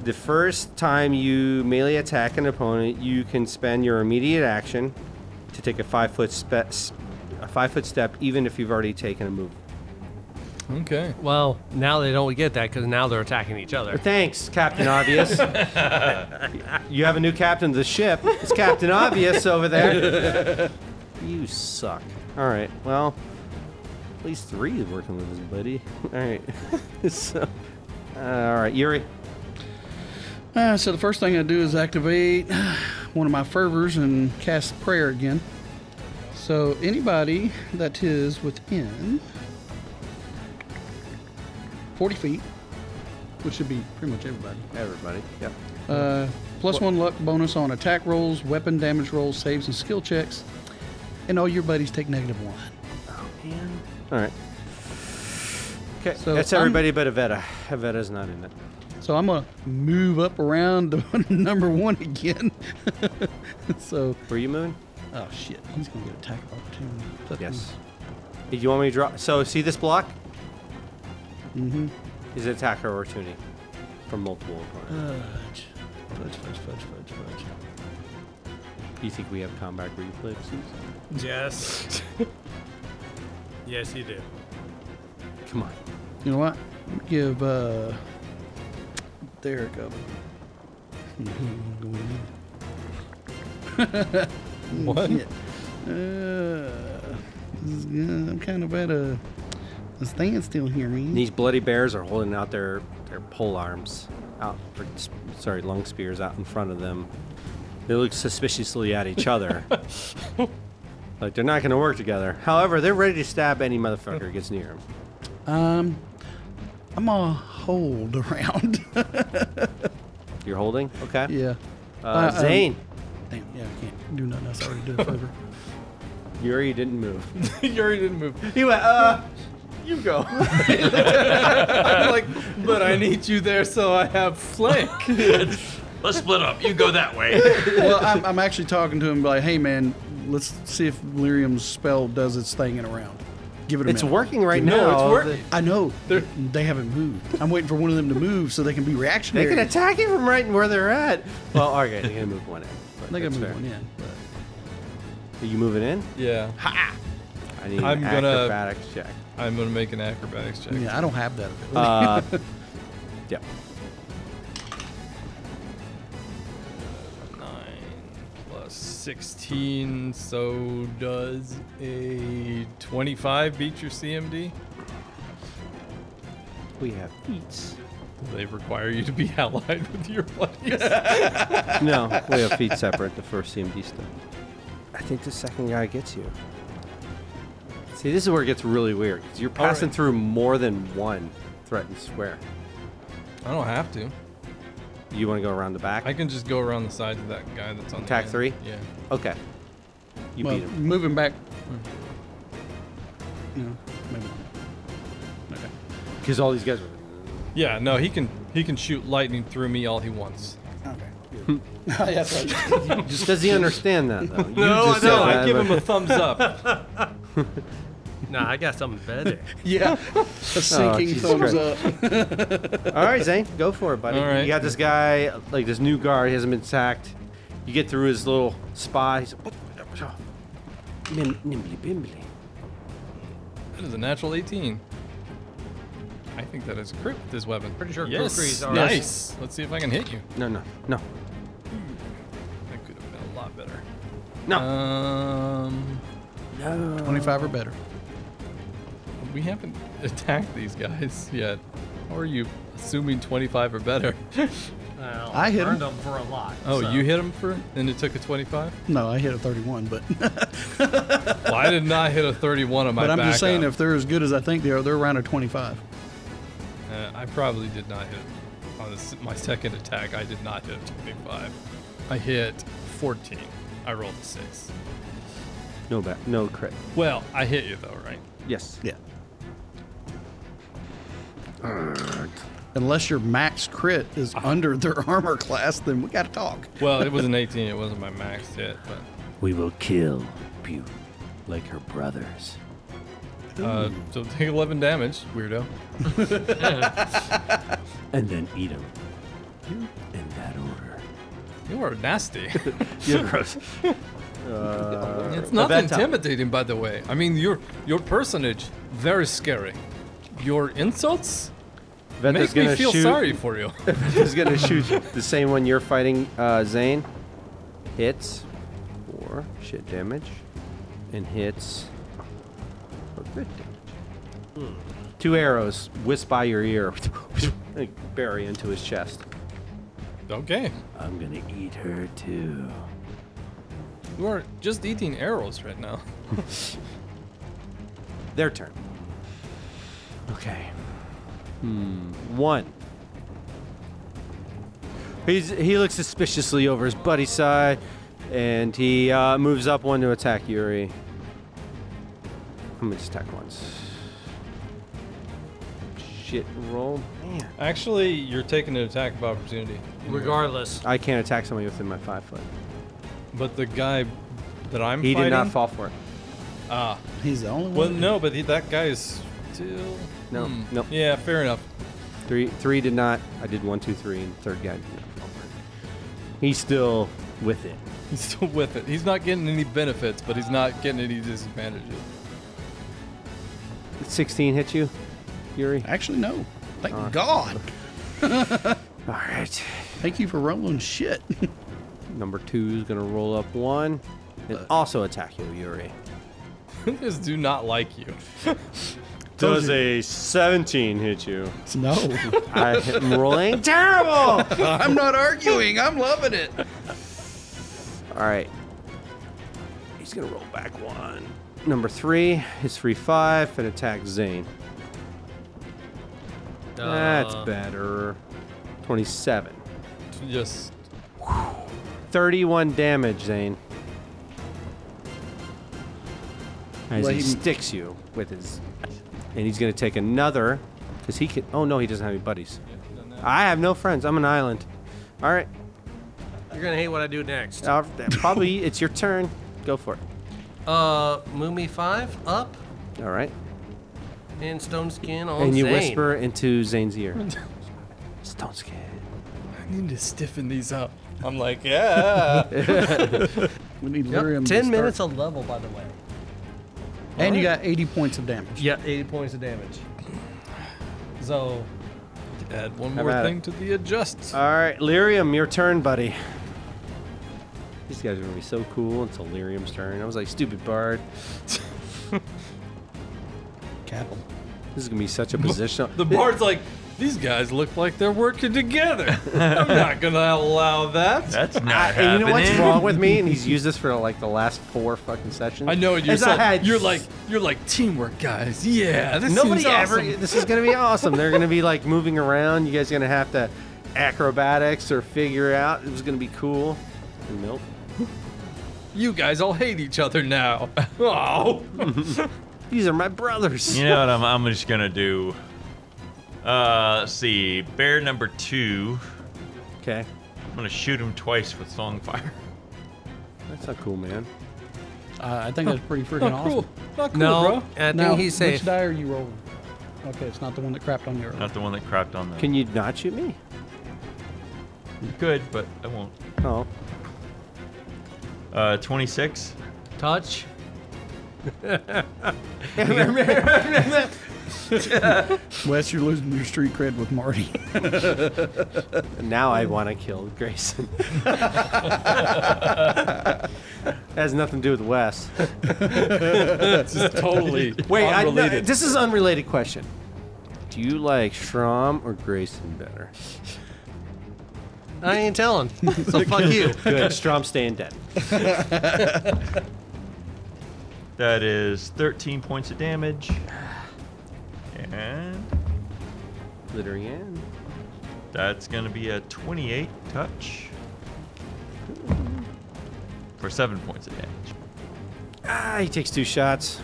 the first time you melee attack an opponent, you can spend your immediate action to take a five foot spe- s- a five foot step, even if you've already taken a move.
Okay.
Well, now they don't get that because now they're attacking each other.
Oh, Thanks, Captain Obvious. you have a new captain of the ship. It's Captain Obvious over there. you suck. All right. Well, at least three is working with his buddy. All right. so, uh, all right, Yuri.
Uh, so the first thing I do is activate one of my fervors and cast prayer again. So anybody that is within 40 feet, which should be pretty much everybody,
Everybody. Yep.
uh, plus one luck bonus on attack rolls, weapon damage rolls, saves, and skill checks, and all your buddies take negative one.
All right. Okay.
So
That's
I'm-
everybody but Aveta. Aveta's not in it.
So I'm gonna move up around to number one again. so,
Were you moving?
oh shit, he's gonna get attack of opportunity. Fuck me.
Yes. Do you want me to draw? So see this block? Mm-hmm.
Mm-hmm.
Is an attacker opportunity from multiple opponents.
Fudge, fudge, fudge, fudge, fudge, fudge.
you think we have combat reflexes?
Yes. yes, you do.
Come on.
You know what? Let me Give uh, there it go.
What?
Uh, this is good. I'm kind of at a, a standstill here, man.
These bloody bears are holding out their, their pole arms, out or, s- sorry, long spears out in front of them. They look suspiciously at each other, like they're not going to work together. However, they're ready to stab any motherfucker who gets near them.
Um, I'm gonna hold around.
You're holding, okay?
yeah.
Uh,
Uh, um,
Zane,
Damn. Yeah, I can't do nothing else. I already did a favor.
Yuri didn't move.
you already didn't move.
he went, uh,
You go. I'm like, but I need you there so I have flank.
Let's split up. You go that way.
well, I'm, I'm actually talking to him like, hey man, let's see if Lyrium's spell does its thing and around. Give it a
it's
minute.
working right now.
No, it's working.
I know. They haven't moved. I'm waiting for one of them to move so they can be
They
reactionary.
can attack you from right where they're at. Well, okay, they're gonna move one in. but
They gotta
that's
move
fair.
one in.
Are you moving in?
Yeah,
I need
I'm
an
gonna-
acrobatics check.
I'm gonna make an acrobatics check.
but- yeah, I don't have that ability.
Uh, yep.
Nine plus sixteen, so does a twenty-five beat your CMD?
We have feats.
Do they require you to be allied with your buddies?
No, we have feet separate. The first CMD stuff. I think the second guy gets you. See, this is where it gets really weird 'cause you're
right.
passing through more than one threatened square.
I don't have to.
You want to go around the back?
I can just go around the side to that guy that's on the
Attack
end.
three?
Yeah.
okay. You
well,
beat him.
moving back. You know, maybe. Okay.
Because all these guys were.
Yeah. No, he can he can shoot lightning through me all he wants.
Hmm.
Oh,
Okay. That's right.
Just does he understand that though? You
No,
just said
no, I
that,
give
but-
him a thumbs up.
Nah, I got something better.
Yeah. A sinking
Oh, Jesus
thumbs
Christ.
up.
All right, Zane, go for it, buddy.
All right.
You got this guy, like this new guard. He hasn't been sacked. You get through his little spot. He's Nim- nimbly bimbly.
That is a natural 18. I think that is a crit with this weapon. Pretty
sure
yes.
Kukri's are-
Nice. Let's see if I can hit you.
No, no, no,
That could have been a lot better.
no.
Um,
no.
25 or better.
we haven't attacked these guys yet. How are you assuming 25 or better?
Well,
I hit
burned
him.
them for a lot.
Oh,
so.
you hit him for, and it took a 25?
No, I hit a 31, but
well, I did not hit a 31 on my
but I'm
back
just saying
up.
if they're as good as I think they are, they're around a 25.
Uh, I probably did not hit. On this, my second attack, I did not hit 25. I hit 14. I rolled a 6.
No back. No crit.
Well, I hit you though, right?
Yes.
Yeah. Unless your max crit is under their armor class, then we gotta talk.
Well, it was an 18. It wasn't my max hit, but
We will kill Pew like her brothers.
uh, so take 11 damage, weirdo.
And then eat them. In that order.
You are nasty.
You're gross.
it's not intimidating, by the way. I mean, your your personage very scary. Your insults
Venta's
make me
gonna
feel
shoot.
sorry for you.
Venta's gonna shoot the same one you're fighting, uh, Zane. Hits for shit damage, and hits for good damage. Two arrows whisk by your ear, and bury into his chest.
okay.
I'm gonna eat her too.
You are just eating arrows right now.
Their turn. Okay. Hmm. One. He's he looks suspiciously over his buddy's side, and he uh, moves up one to attack Yuri. I'm gonna just attack once. Shit roll. Man.
Actually, you're taking an attack of opportunity.
Regardless.
I can't attack somebody within my five foot.
But the guy that I'm
He
fighting,
did not fall for it.
Ah,
He's the only
well,
one.
no, but he, that guy is still.
No,
Hmm.
no.
Yeah, fair enough.
Three three did not. I did one, two, three, and third guy did not fall for it. He's still with it.
He's still with it. He's not getting any benefits, but he's not getting any disadvantages.
16 hit you, Yuri?
Actually, no. Thank God.
All right.
Thank you for rolling shit.
Number two is going to roll up one and also attack you, Yuri.
Just do not like you.
Does a 17 hit you?
no.
I am rolling terrible.
I'm not arguing. I'm loving it.
All right. He's going to roll back one. Number three is 3 5 and attack Zane. That's
Uh,
better. 27.
Just
31 damage, Zane. As he
Blame-
sticks you with his. And he's going to take another. Because he could. Oh, no, he doesn't have any buddies. I have no friends. I'm an island. All right.
You're gonna hate what I do next.
Uh, probably it's your turn. Go for it.
Uh, Moomy five up
All right.
and Stone Skin on.
And you
Oh, Zane.
whisper into Zane's ear. Stone skin.
I need to stiffen these up. I'm like, yeah.
We need
Yep,
Lyrium. to
Ten
start.
minutes a level, by the way.
And you got 80 points of damage.
Yeah, 80 points of damage. So,
Add one
How
more
about
thing to the adjust.
All right, Lyrium, your turn, buddy. These guys are gonna be so cool until Lyrium's turn. I was like, stupid bard.
Capital.
This is gonna be such a position.
The bard's like, these guys look like they're working together. I'm not gonna allow that.
That's not
Ah, And you know what's
happening.
wrong with me? And he's used this for like the last four fucking sessions.
I know what you're
Is I
saying.
had-
You're like, you're like teamwork guys. Yeah, this
nobody
seems
ever.
awesome."
This is gonna be awesome. They're gonna be like moving around. You guys are gonna have to acrobatics or figure out. It was gonna be cool. Nope.
You guys all hate each other now. oh,
These are my brothers.
You know what I'm, I'm just gonna do? Uh, let's see. Bear number two.
Okay,
I'm gonna shoot him twice with songfire.
that's not cool, man.
Uh, I think that's pretty freaking
not cool.
awesome.
Not cool,
no,
bro.
I think
Now,
he's safe.
Which die are you rolling? Okay, it's not the one that crapped on your.
Not the one that crapped on the.
Can you not shoot me?
you could, but I won't.
Oh,
Uh, 26.
Touch.
Wes, you're losing your street cred with Marty.
now I want to kill Grayson. that has nothing to do with Wes.
It's just totally
Wait, I, no,
unrelated.
this is an unrelated question. Do you like Shrom or Grayson better?
I ain't telling. So fuck you.
Good, Shrom staying dead.
That is 13 points of damage. And
Littering in.
that's gonna be a 28 touch. For seven points of damage.
Ah, he takes two shots.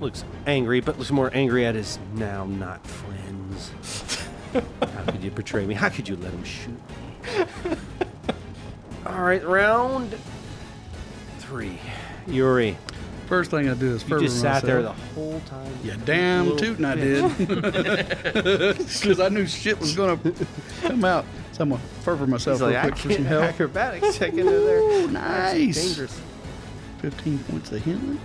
Looks angry, but looks more angry at his now not friends. How could you betray me? How could you let him shoot me? All right, round three. Yuri,
First thing I do is
you
fervor
just sat there the
myself.
whole time.
You damn
Little
tootin' I
bitch.
did. Because I knew shit was gonna come out. So I'm gonna fervor myself
He's like,
real
I
quick for some
can't
help.
acrobatics check into there.
Ooh, nice.
Dangerous.
15 points of healing.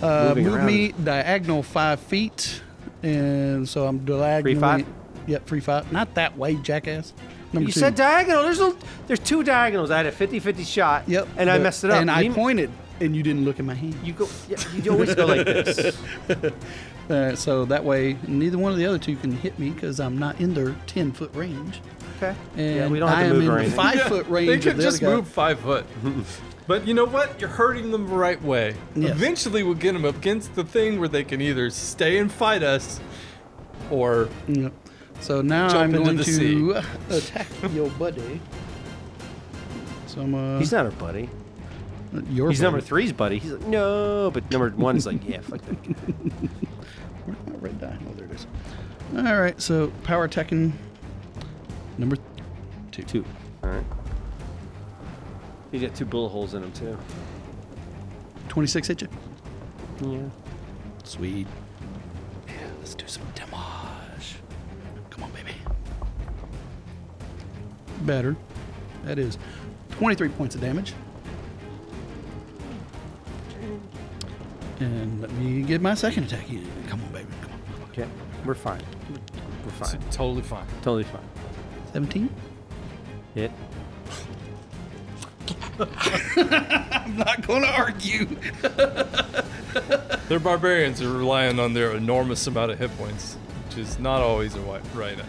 Uh,
Moving
move
around.
me diagonal five feet, and so I'm diagonally.
five?
Yep, three five. Not that way, jackass. Number
You
two.
said diagonal. There's a, there's two diagonals. I had a 50-50 shot.
Yep.
And I
but-
messed it up.
And I
You-
pointed, and you didn't look at my hand.
You go. Yeah, you always go like this.
Uh, so that way, neither one of the other two can hit me because I'm not in their 10 foot range.
Okay.
And
we don't have to
I am
move
in
or
the
anything.
five foot range.
They
of
could
the
just
other guy.
move five foot. but you know what? You're hurting them the right way.
Yes.
Eventually, we'll get them up against the thing where they can either stay and fight us, or
Yep. So now
Jump
I'm
into
going
the
to
sea.
attack your buddy. So I'm uh,
He's not our buddy.
your
He's number
buddy.
three's buddy. He's like, no, but number one's like, yeah, fuck that. kid."
Where's my red die? Oh, there it is. All right, so power attacking number two.
Two. All right. He's got two bullet holes in him too.
26 hit you.
Yeah.
Sweet. Yeah, let's do some damage. Come on, baby. Better. That is 23 points of damage. And let me get my second attack in. Come on, baby. Come on.
Okay. We're fine. We're fine.
totally fine.
Totally fine.
17?
Hit.
I'm not going to argue.
Their barbarians are relying on their enormous amount of hit points, which is not always a right. right idea.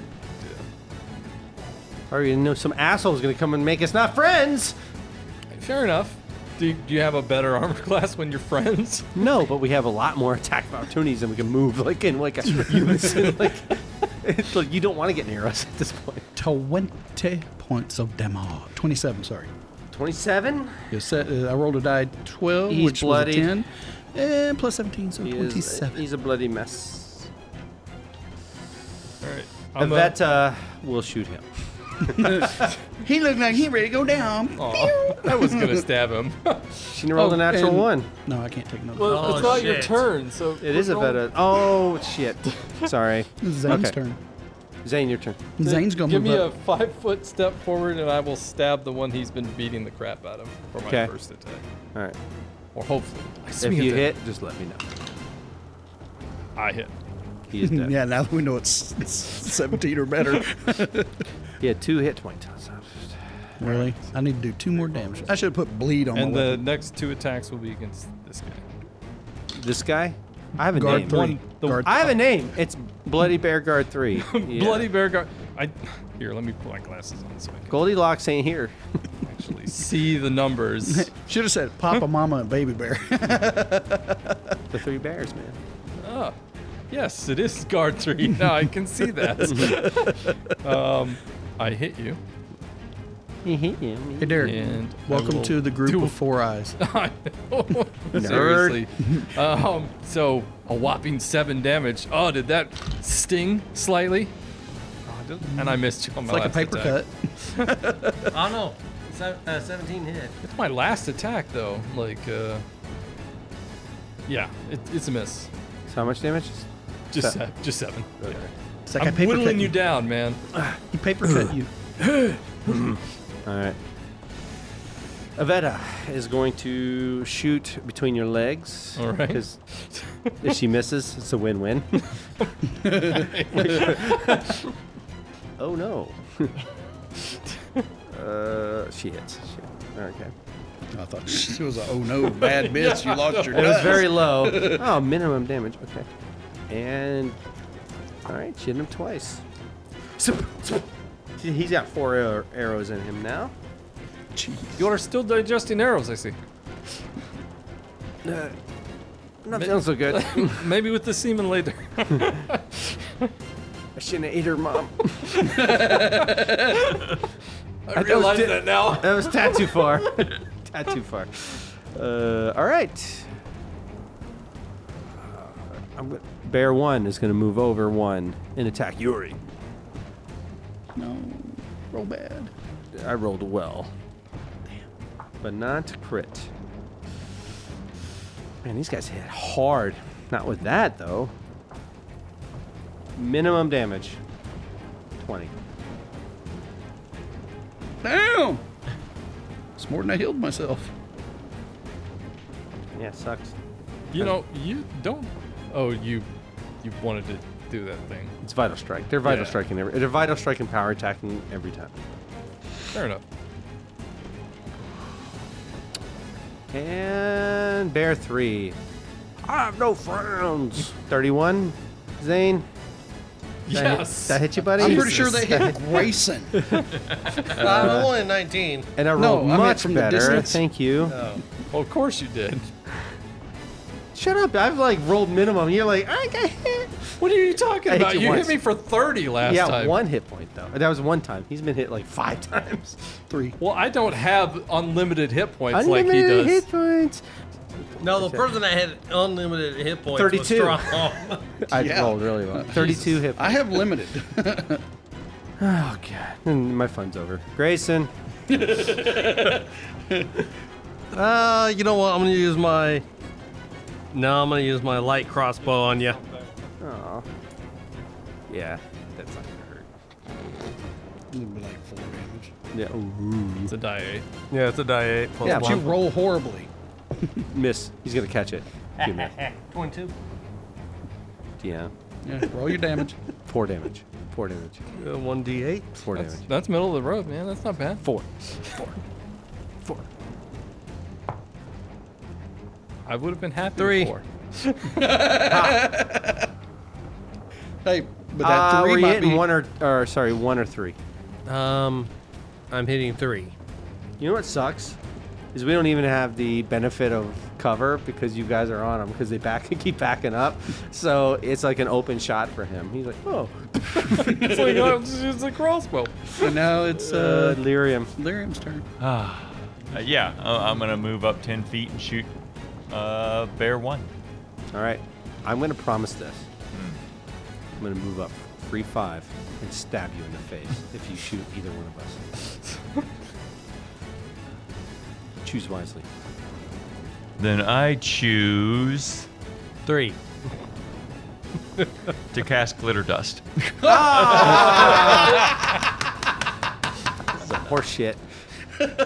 Or you know, some asshole's gonna come and make us not friends.
Fair enough. Do, do you have a better armor class when you're friends?
No, but we have a lot more attack opportunities, and we can move like in like a unison. like, it's like you don't want to get near us at this point.
20 points of damage. 27, sorry.
Twenty-seven.
You set- uh, I rolled a die 12,
He's
which
bloodied.
was a 10. And plus 17, so
He is,
27.
he's a bloody mess.
All right.
A
I'm a-
vet uh, will shoot him.
He looked like he ready to go down.
Aw, I was gonna stab him. well,
She
Oh,
rolled a natural
and-
one.
No, I can't take another.
Oh,
it's not your
shit.
turn, so
It is a vet. uh, Oh shit! Sorry,
Zane's
okay.
turn.
Zane, your turn.
Zane's gonna
Give
move
me
up.
a five foot step forward, and I will stab the one he's been beating the crap out of for my
Okay.
first attack,
All right.
or hopefully. I
If you
it.
hit, just let me know.
I hit.
He is dead.
yeah, now we know it's, it's 17 or better.
He had two hit points.
really? I need to do two more damage. I should have put bleed on
And
my
the
weapon.
next two attacks will be against this guy.
This guy, I have a
Guard
name.
three.
One-
the-
Guard-
I have a name. It's Bloody Bear Guard Three. Yeah.
Bloody bear guard. I here. Let me put my glasses on so I can
Goldilocks ain't here.
actually see the numbers.
should have said Papa, Mama, and Baby Bear.
The three bears, man.
Ah, yes, it is guard three. Now I can see that. um, I hit you.
hey, Derek.
And I
welcome
will
to the group
do-
of four eyes.
I know. Oh, Seriously. um, so a whopping seven damage. Oh, did that sting slightly? Oh, it doesn't- and I missed you on
It's
my
like a
last
paper
attack.
cut.
Oh no, Se- uh, 17 hit.
It's my last attack though. Like, uh, yeah, it, it's a miss.
So how much damage?
Just
Se-
se- just seven. Yeah.
It's like
I'm
I paper
whittling
cut
you down, man.
He paper cut you.
All right. Aveta is going to shoot between your legs.
All right.
'cause if she misses, it's a win-win. oh no. uh, she hits. She Okay.
I thought she was a oh no bad bitch. You lost your
It was
nuts.
very low. Oh, minimum damage. Okay. And all right, she hit him twice. See, He's got four ar- arrows in him now.
You are still digesting arrows, I see.
Not feeling so good. I
Maybe with the semen later.
shouldn't have ate her mom.
I realize
di-
that now.
That was tat too far. tat too far. Uh, all right. Uh, I'm gonna, Bear one is going to move over one and attack Yuri.
No, roll bad.
I rolled well. But not crit. Man, these guys hit hard. Not with that, though. Minimum damage 20.
Damn. It's more than I healed myself.
Yeah, sucks.
You know, you don't. Oh, you, you wanted to do that thing.
It's Vital Strike. They're Vital
Yeah.
Striking every. They're Vital Strike and power attacking every time.
Fair enough.
And Bear 3 I have no frowns. 31, Zane. That hit-
Yes.
that hit you, buddy?
I'm pretty sure they hit Grayson.
I'm only 19.
And I
No,
rolled
I meant
much
from the
better.
distance.
Thank you.
Well, of course you did.
Shut up. I've like rolled minimum. You're like, I got hit.
What are you talking
I hit
about?
you
You
once.
hit me for 30 last
yeah,
time.
one hit point though. That was one time. He's been hit like five times.
Three.
Well, I don't have unlimited hit points like he
Unlimited
does.
hit points.
No, the person that had unlimited hit points
32.
was strong.
I
Yeah.
rolled really well. 32 hit
I
points.
have limited.
Oh god. And my fun's over. Grayson.
Uh, you know what? I'm gonna use my. No, I'm gonna use my light crossbow on you.
Oh. Yeah. That's not gonna
It'd be like four damage.
hurt. Yeah. ooh.
It's a die eight.
Yeah, it's a die eight plus
Yeah,
But you roll horribly.
Miss. He's gonna catch it. You miss.
Twenty-two.
Yeah.
Yeah, roll your damage.
Four damage. Four damage.
Uh, One d eight.
Four
That's,
damage.
that's middle of the road, man. That's not bad.
Four.
I would have been happy.
Three.
with Four.
Hey, but that
Uh,
three
were you
Ah, might
hitting
be
one or, or sorry, one or three?
Um, I'm hitting three.
You know what sucks is we don't even have the benefit of cover because you guys are on him because they back keep backing up. So it's like an open shot for him. He's like, oh,
It's like, oh, it's a crossbow.
And now it's
uh,
uh,
delirium.
Lyrium's turn.
Uh, yeah, I- I'm gonna move up ten feet and shoot uh, bear one.
All right, I'm gonna promise this. I'm gonna move up three five and stab you in the face if you shoot either one of us. Choose wisely.
Then I choose
Three.
to cast glitter dust.
Horse shit.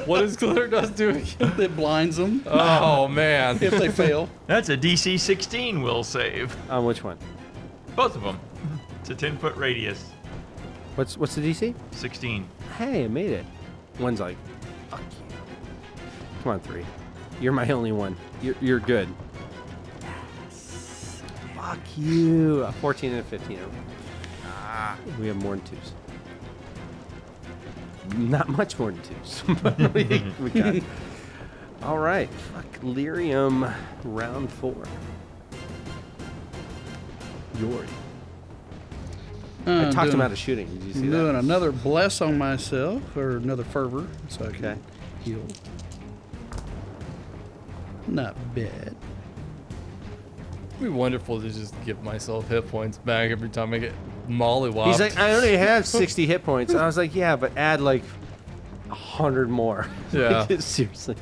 What does glitter dust do? again?
It blinds them
Oh man.
if they fail.
That's a DC 16 will save.
On Um, which one?
Both of them. It's a 10 foot radius.
What's what's the DC?
16.
Hey, I made it. One's like, fuck you. Come on, three. You're my only one. You're, you're good. Fuck you. A 14 and a 15. Ah, we have more than twos. Not much more than twos. but we, we got it. All right. Fuck Lyrium, round four. Yori. I
Uh,
talked him
doing-
out of shooting. Did you see
I'm
that?
doing another bless on myself, or another fervor, so I can
Okay.
heal. Not bad.
It'd be wonderful to just give myself hit points back every time I get mollywopped.
He's like, "Ah." I only have 60 hit points. And I was like, yeah, but add like 100 more.
Yeah.
Seriously.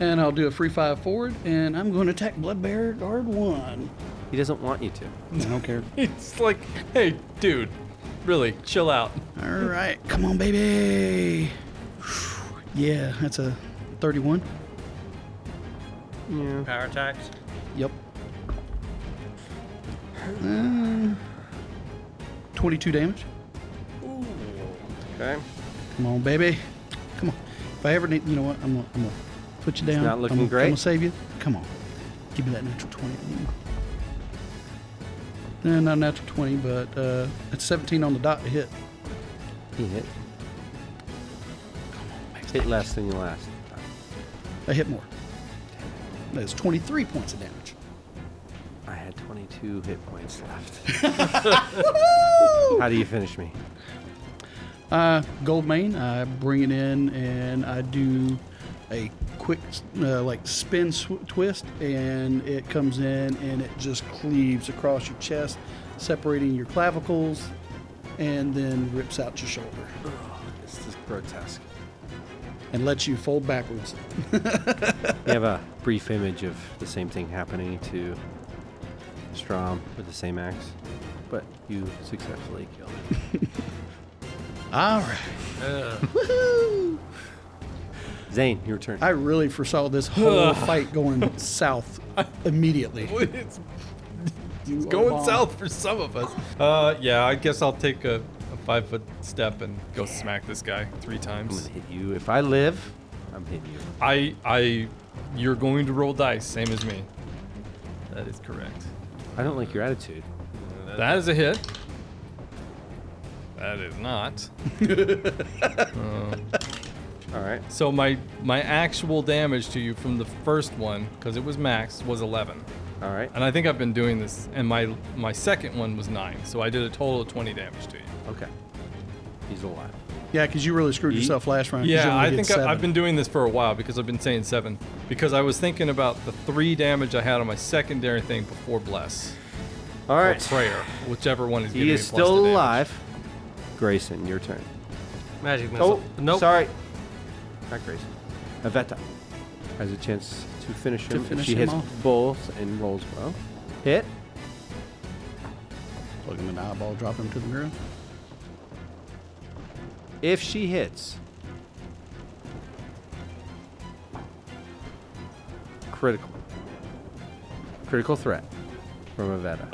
And I'll do a free five forward, and I'm going to attack Blood Bear Guard One.
He doesn't want you to.
I don't care.
it's like, hey, dude, really, chill out.
All right, come on, baby. Yeah, that's a 31.
Power attacks.
Yep. Uh, 22 damage.
Okay.
Come on, baby. Come on. If I ever need, you know what? I'm gonna, I'm gonna put you down.
not looking
I'm, gonna-
great.
I'm gonna save you. Come on. Give me that natural 20. Eh, not a natural 20, but uh, it's 17 on the dot to hit.
He hit. Hit less than you last.
I hit more. That's 23 points of damage.
I had 22 hit points left. How do you finish me?
Uh, gold main, I bring it in and I do a quick uh, like spin sw- twist, and it comes in and it just cleaves across your chest, separating your clavicles, and then rips out your shoulder
This is grotesque.
and lets you fold backwards.
We have a brief image of the same thing happening to Strom with the same axe, but you successfully killed him.
All right,
Zane, your turn.
I really foresaw this whole fight going south immediately.
It's
It's
going south for some of us. Uh, yeah, I guess I'll take a, a five foot step and go smack this guy three
I'm
times.
gonna hit you. If I live, I'm hitting you.
I, I, you're going to roll dice, same as me. That is correct.
I don't like your attitude.
That is a hit. That is not.
All right.
So my my actual damage to you from the first one, because it was max, was 11.
All right.
And I think I've been doing this, and my my second one was nine. So I did a total of 20 damage to you.
Okay. He's alive.
Yeah, because you really screwed
Yeet.
yourself last round. 'cause you
Yeah,
only
I
did
think
seven.
I, I've been doing this for a while because I've been saying seven. Because I was thinking about the three damage I had on my secondary thing before bless
All
or
right.
prayer, whichever one is.
He
giving
is
me plus to
still
damage.
alive. Grayson, your turn.
Magic
Oh,
missile. nope.
Sorry. Not Grayson. Aveta has a chance to finish him
finish
if she
him
hits
off.
both and rolls well. Hit.
Plug him in the eyeball, drop him to the ground.
If she hits. Critical. Critical threat from Aveta.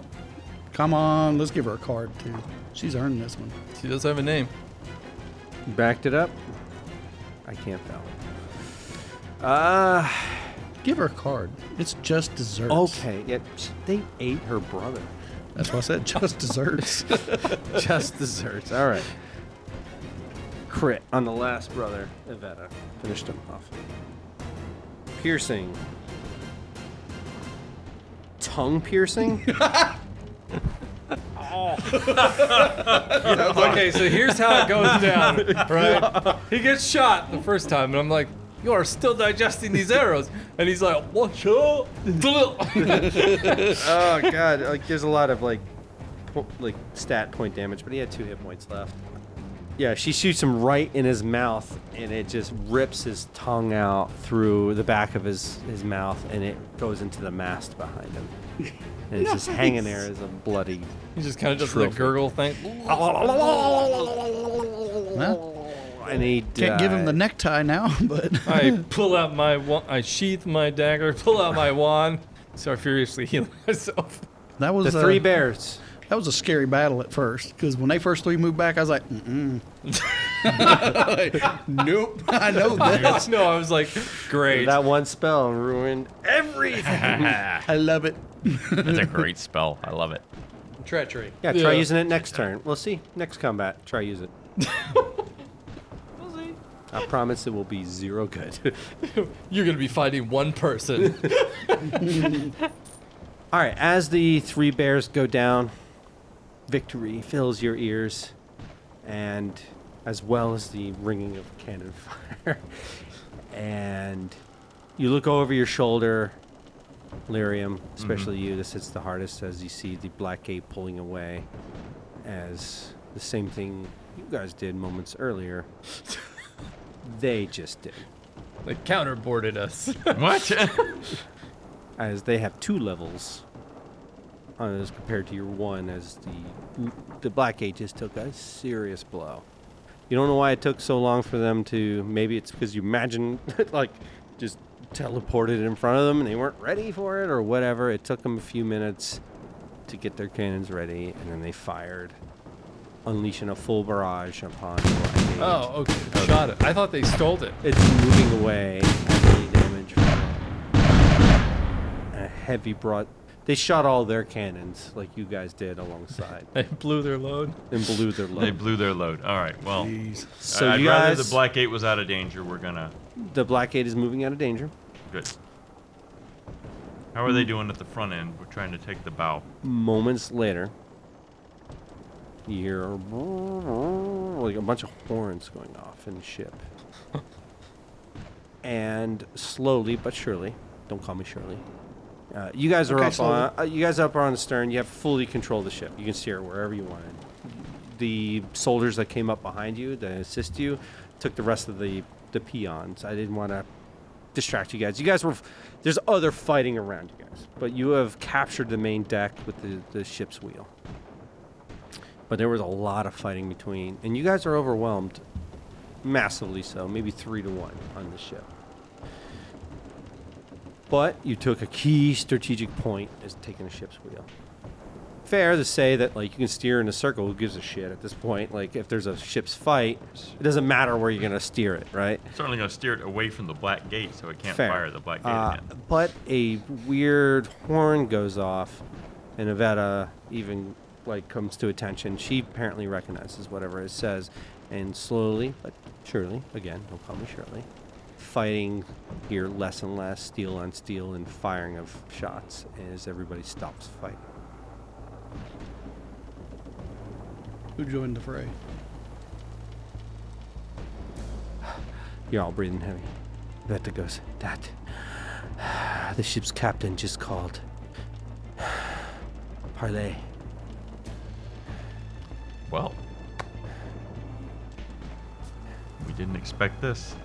Come on, let's give her a card too. She's earned this one.
She does have a name.
Backed it up. I can't tell. Uh,
Give her a card. It's just desserts.
okay. Yeah, sh- they ate her brother.
That's why I said just desserts.
Just desserts. All right. Crit on the last brother, Iveta. Finished him off. Piercing. Tongue piercing?
Okay, so here's how it goes down, right? He gets shot the first time, and I'm like, "You are still digesting these arrows," and he's like, "Watch out!"
oh god, like there's a lot of like po- like stat point damage, but he had two hit points left. Yeah, she shoots him right in his mouth and it just rips his tongue out through the back of his his mouth and it goes into the mast behind him. And it's just hanging there as a bloody
He just kind of does the
Trophy.
gurgle thing.
Oh.
well,
and he
can't give him the
died.
necktie now, but
I pull out my wa- I sheath my dagger, pull out my wand, start furiously healing myself.
that was
the
a,
three bears.
That was a scary battle at first because when they first three moved back, I was like, mm nope, I know that.
no, I was like, great.
That one spell ruined everything.
I love it.
That's a great spell. I love it.
Treachery.
Yeah, try using it next turn. We'll see. Next combat, try use it. I promise it will be zero good.
You're gonna be fighting one person.
All right, as the three bears go down, victory fills your ears, and as well as the ringing of cannon fire. and you look over your shoulder, Lyrium, especially you, this hits the hardest as you see the black gate pulling away, as the same thing you guys did moments earlier. they just did.
they counterboarded us.
What?
as they have two levels uh, as compared to your one as the the black gate just took a serious blow you don't know why it took so long for them to maybe it's because you imagine like just teleported in front of them and they weren't ready for it or whatever it took them a few minutes to get their cannons ready and then they fired unleashing a full barrage upon the black gate
Oh, okay. Shot it. I thought they stole it.
it's moving away. Heavy damage. from A heavy brought. They shot all their cannons like you guys did alongside
They blew their load.
and blew their
they
load.
blew their load. All right. Well,
so
I'd
you
rather
guys,
the Black Gate was out of danger. We're gonna
the blockade is moving out of danger.
good. How are they doing at the front end? We're trying to take the bow.
Moments later, you hear like a bunch of horns going off in the ship, and slowly but surely, don't call me Shirley. Uh, you guys are
Okay,
up
slowly.
on. Uh, you guys up on the stern. You have fully control of the ship. You can steer wherever you wanted. The soldiers that came up behind you that assist you took the rest of the the peons. I didn't want to distract you guys. You guys were. f- There's other fighting around you guys, but you have captured the main deck with the, the ship's wheel. But there was a lot of fighting between, and you guys are overwhelmed, massively so, maybe three to one on the ship. But you took a key strategic point as taking the ship's wheel. fair to say that like you can steer in a circle. Who gives a shit at this point? Like if there's a ship's fight, it doesn't matter where you're gonna steer it, right?
Certainly going to steer it away from the black gate so it can't
Fair.
fire the black gate
Uh,
again.
But a weird horn goes off, and Aveta even like comes to attention. She apparently recognizes whatever it says, and slowly but surely, again, don't call me Shirley, fighting here less and less, steel on steel, and firing of shots as everybody stops fighting.
Who joined the fray?
You're all breathing heavy. Veta goes, That. The ship's captain just called. Parley.
Well, we didn't expect this.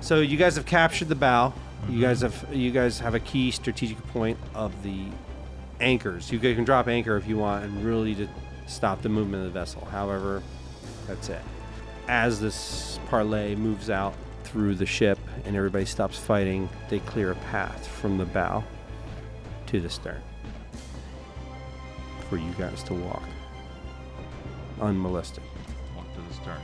So you guys have captured the bow. You guys have you guys have a key strategic point of the anchors. You can drop anchor if you want and really to stop the movement of the vessel. However, that's it. As this parlay moves out through the ship and everybody stops fighting, they clear a path from the bow to the stern for you guys to walk unmolested.
Walk to the stern.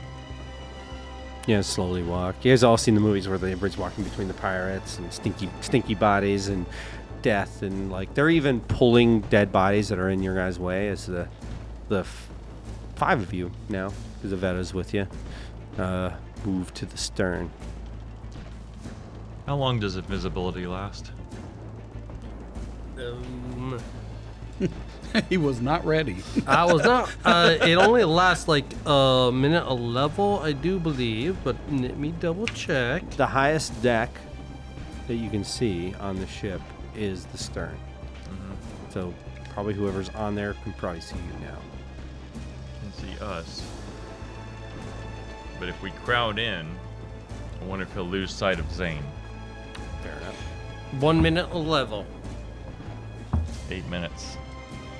Yeah, slowly walk. You guys all seen the movies where the everybody's walking between the pirates and stinky, stinky bodies and death, and like they're even pulling dead bodies that are in your guys' way. As the the f- five of you now, because Avetta's with you, uh, move to the stern.
How long does invisibility last?
Um,
he was not ready.
I was not. Uh, it only lasts like a minute a level, I do believe, but let me double check.
The highest deck that you can see on the ship is the stern. So probably whoever's on there can probably see you now.
can see us. But if we crowd in, I wonder if he'll lose sight of Zane.
Fair enough.
One minute a level.
Eight minutes.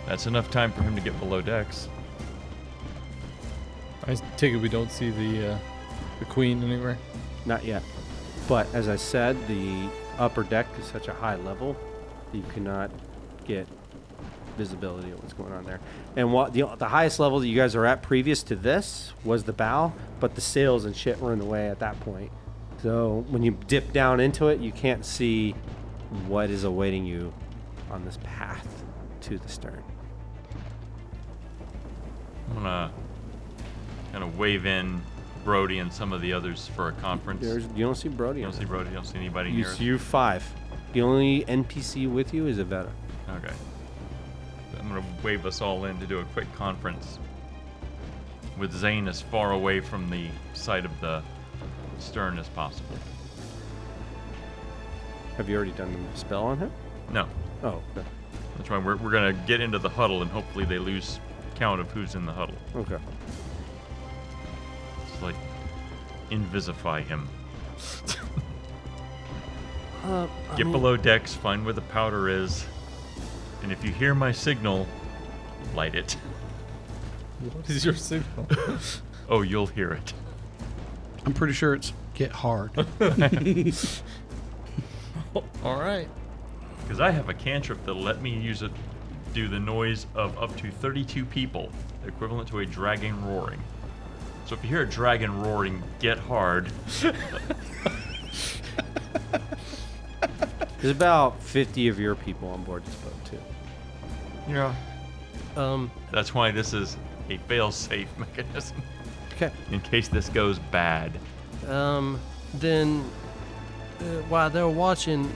That's enough time for him to get below decks.
I take it we don't see the uh, the queen anywhere.
Not yet. But as I said, the upper deck is such a high level that you cannot get visibility of what's going on there. And what the, the highest level that you guys are at previous to this was the bow, but the sails and shit were in the way at that point. So when you dip down into it, you can't see what is awaiting you on this path to the stern.
I'm gonna kind of wave in Brody and some of the others for a conference.
There's, you don't see Brody.
you
on
don't see
there.
Brody. You don't see anybody
You
here.
see you five. The only NPC with you is Aveta.
Okay. I'm gonna wave us all in to do a quick conference. With Zane as far away from the sight of the stern as possible.
Have you already done the spell on him?
No,
Oh, okay.
That's right. We're, we're gonna get into the huddle, and hopefully they lose count of who's in the huddle.
Okay.
It's like invisify him. get below decks, find where the powder is, and if you hear my signal, light it.
What is your signal?
Oh, you'll hear it.
I'm pretty sure it's get hard.
All right.
Because I have a cantrip that'll let me use it, do the noise of up to 32 people, equivalent to a dragon roaring. So if you hear a dragon roaring, get hard.
There's about 50 of your people on board this boat, too.
Yeah.
Um,
That's why this is a fail-safe mechanism.
Okay.
in case this goes bad.
um, then uh, while they're watching,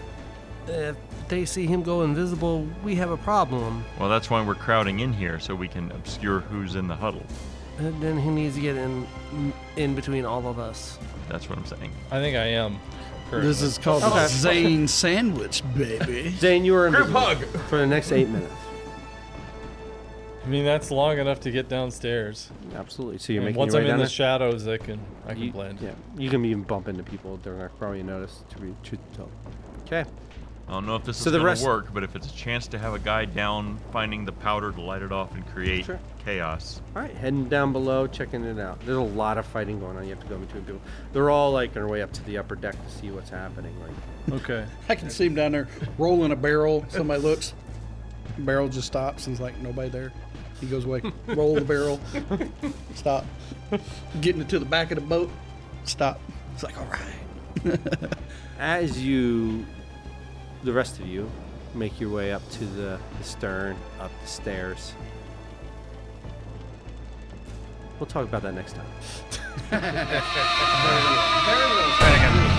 if they see him go invisible, we have a problem.
Well, that's why we're crowding in here so we can obscure who's in the huddle.
And Uh, then he needs to get in in between all of us.
That's what I'm saying.
I think I am. currently.
this is called
Okay.
the Zane sandwich, baby.
Zane, you are in
hug!
for the next eight minutes.
I mean, that's long enough to get downstairs.
Absolutely. So you're
And
making
once
your
I'm
way
in
down
the
there?
shadows, I can I can
you,
blend.
Yeah. You can even bump into people. They're not probably notice to be truth to tell. Okay.
I don't know if this
So
is
the
going
rest-
to work, but if it's a chance to have a guy down finding the powder to light it off and create
Sure.
chaos.
All right. Heading down below, checking it out. There's a lot of fighting going on. You have to go between people. They're all like on their way up to the upper deck to see what's happening. Like,
Okay.
I can see him down there rolling a barrel. Somebody looks. barrel just stops and it's like nobody there. He goes away. Roll the barrel. Stop. Getting it to the back of the boat. Stop. It's like all right.
As you, the rest of you, make your way up to the, the stern, up the stairs. We'll talk about that next time.
Very well.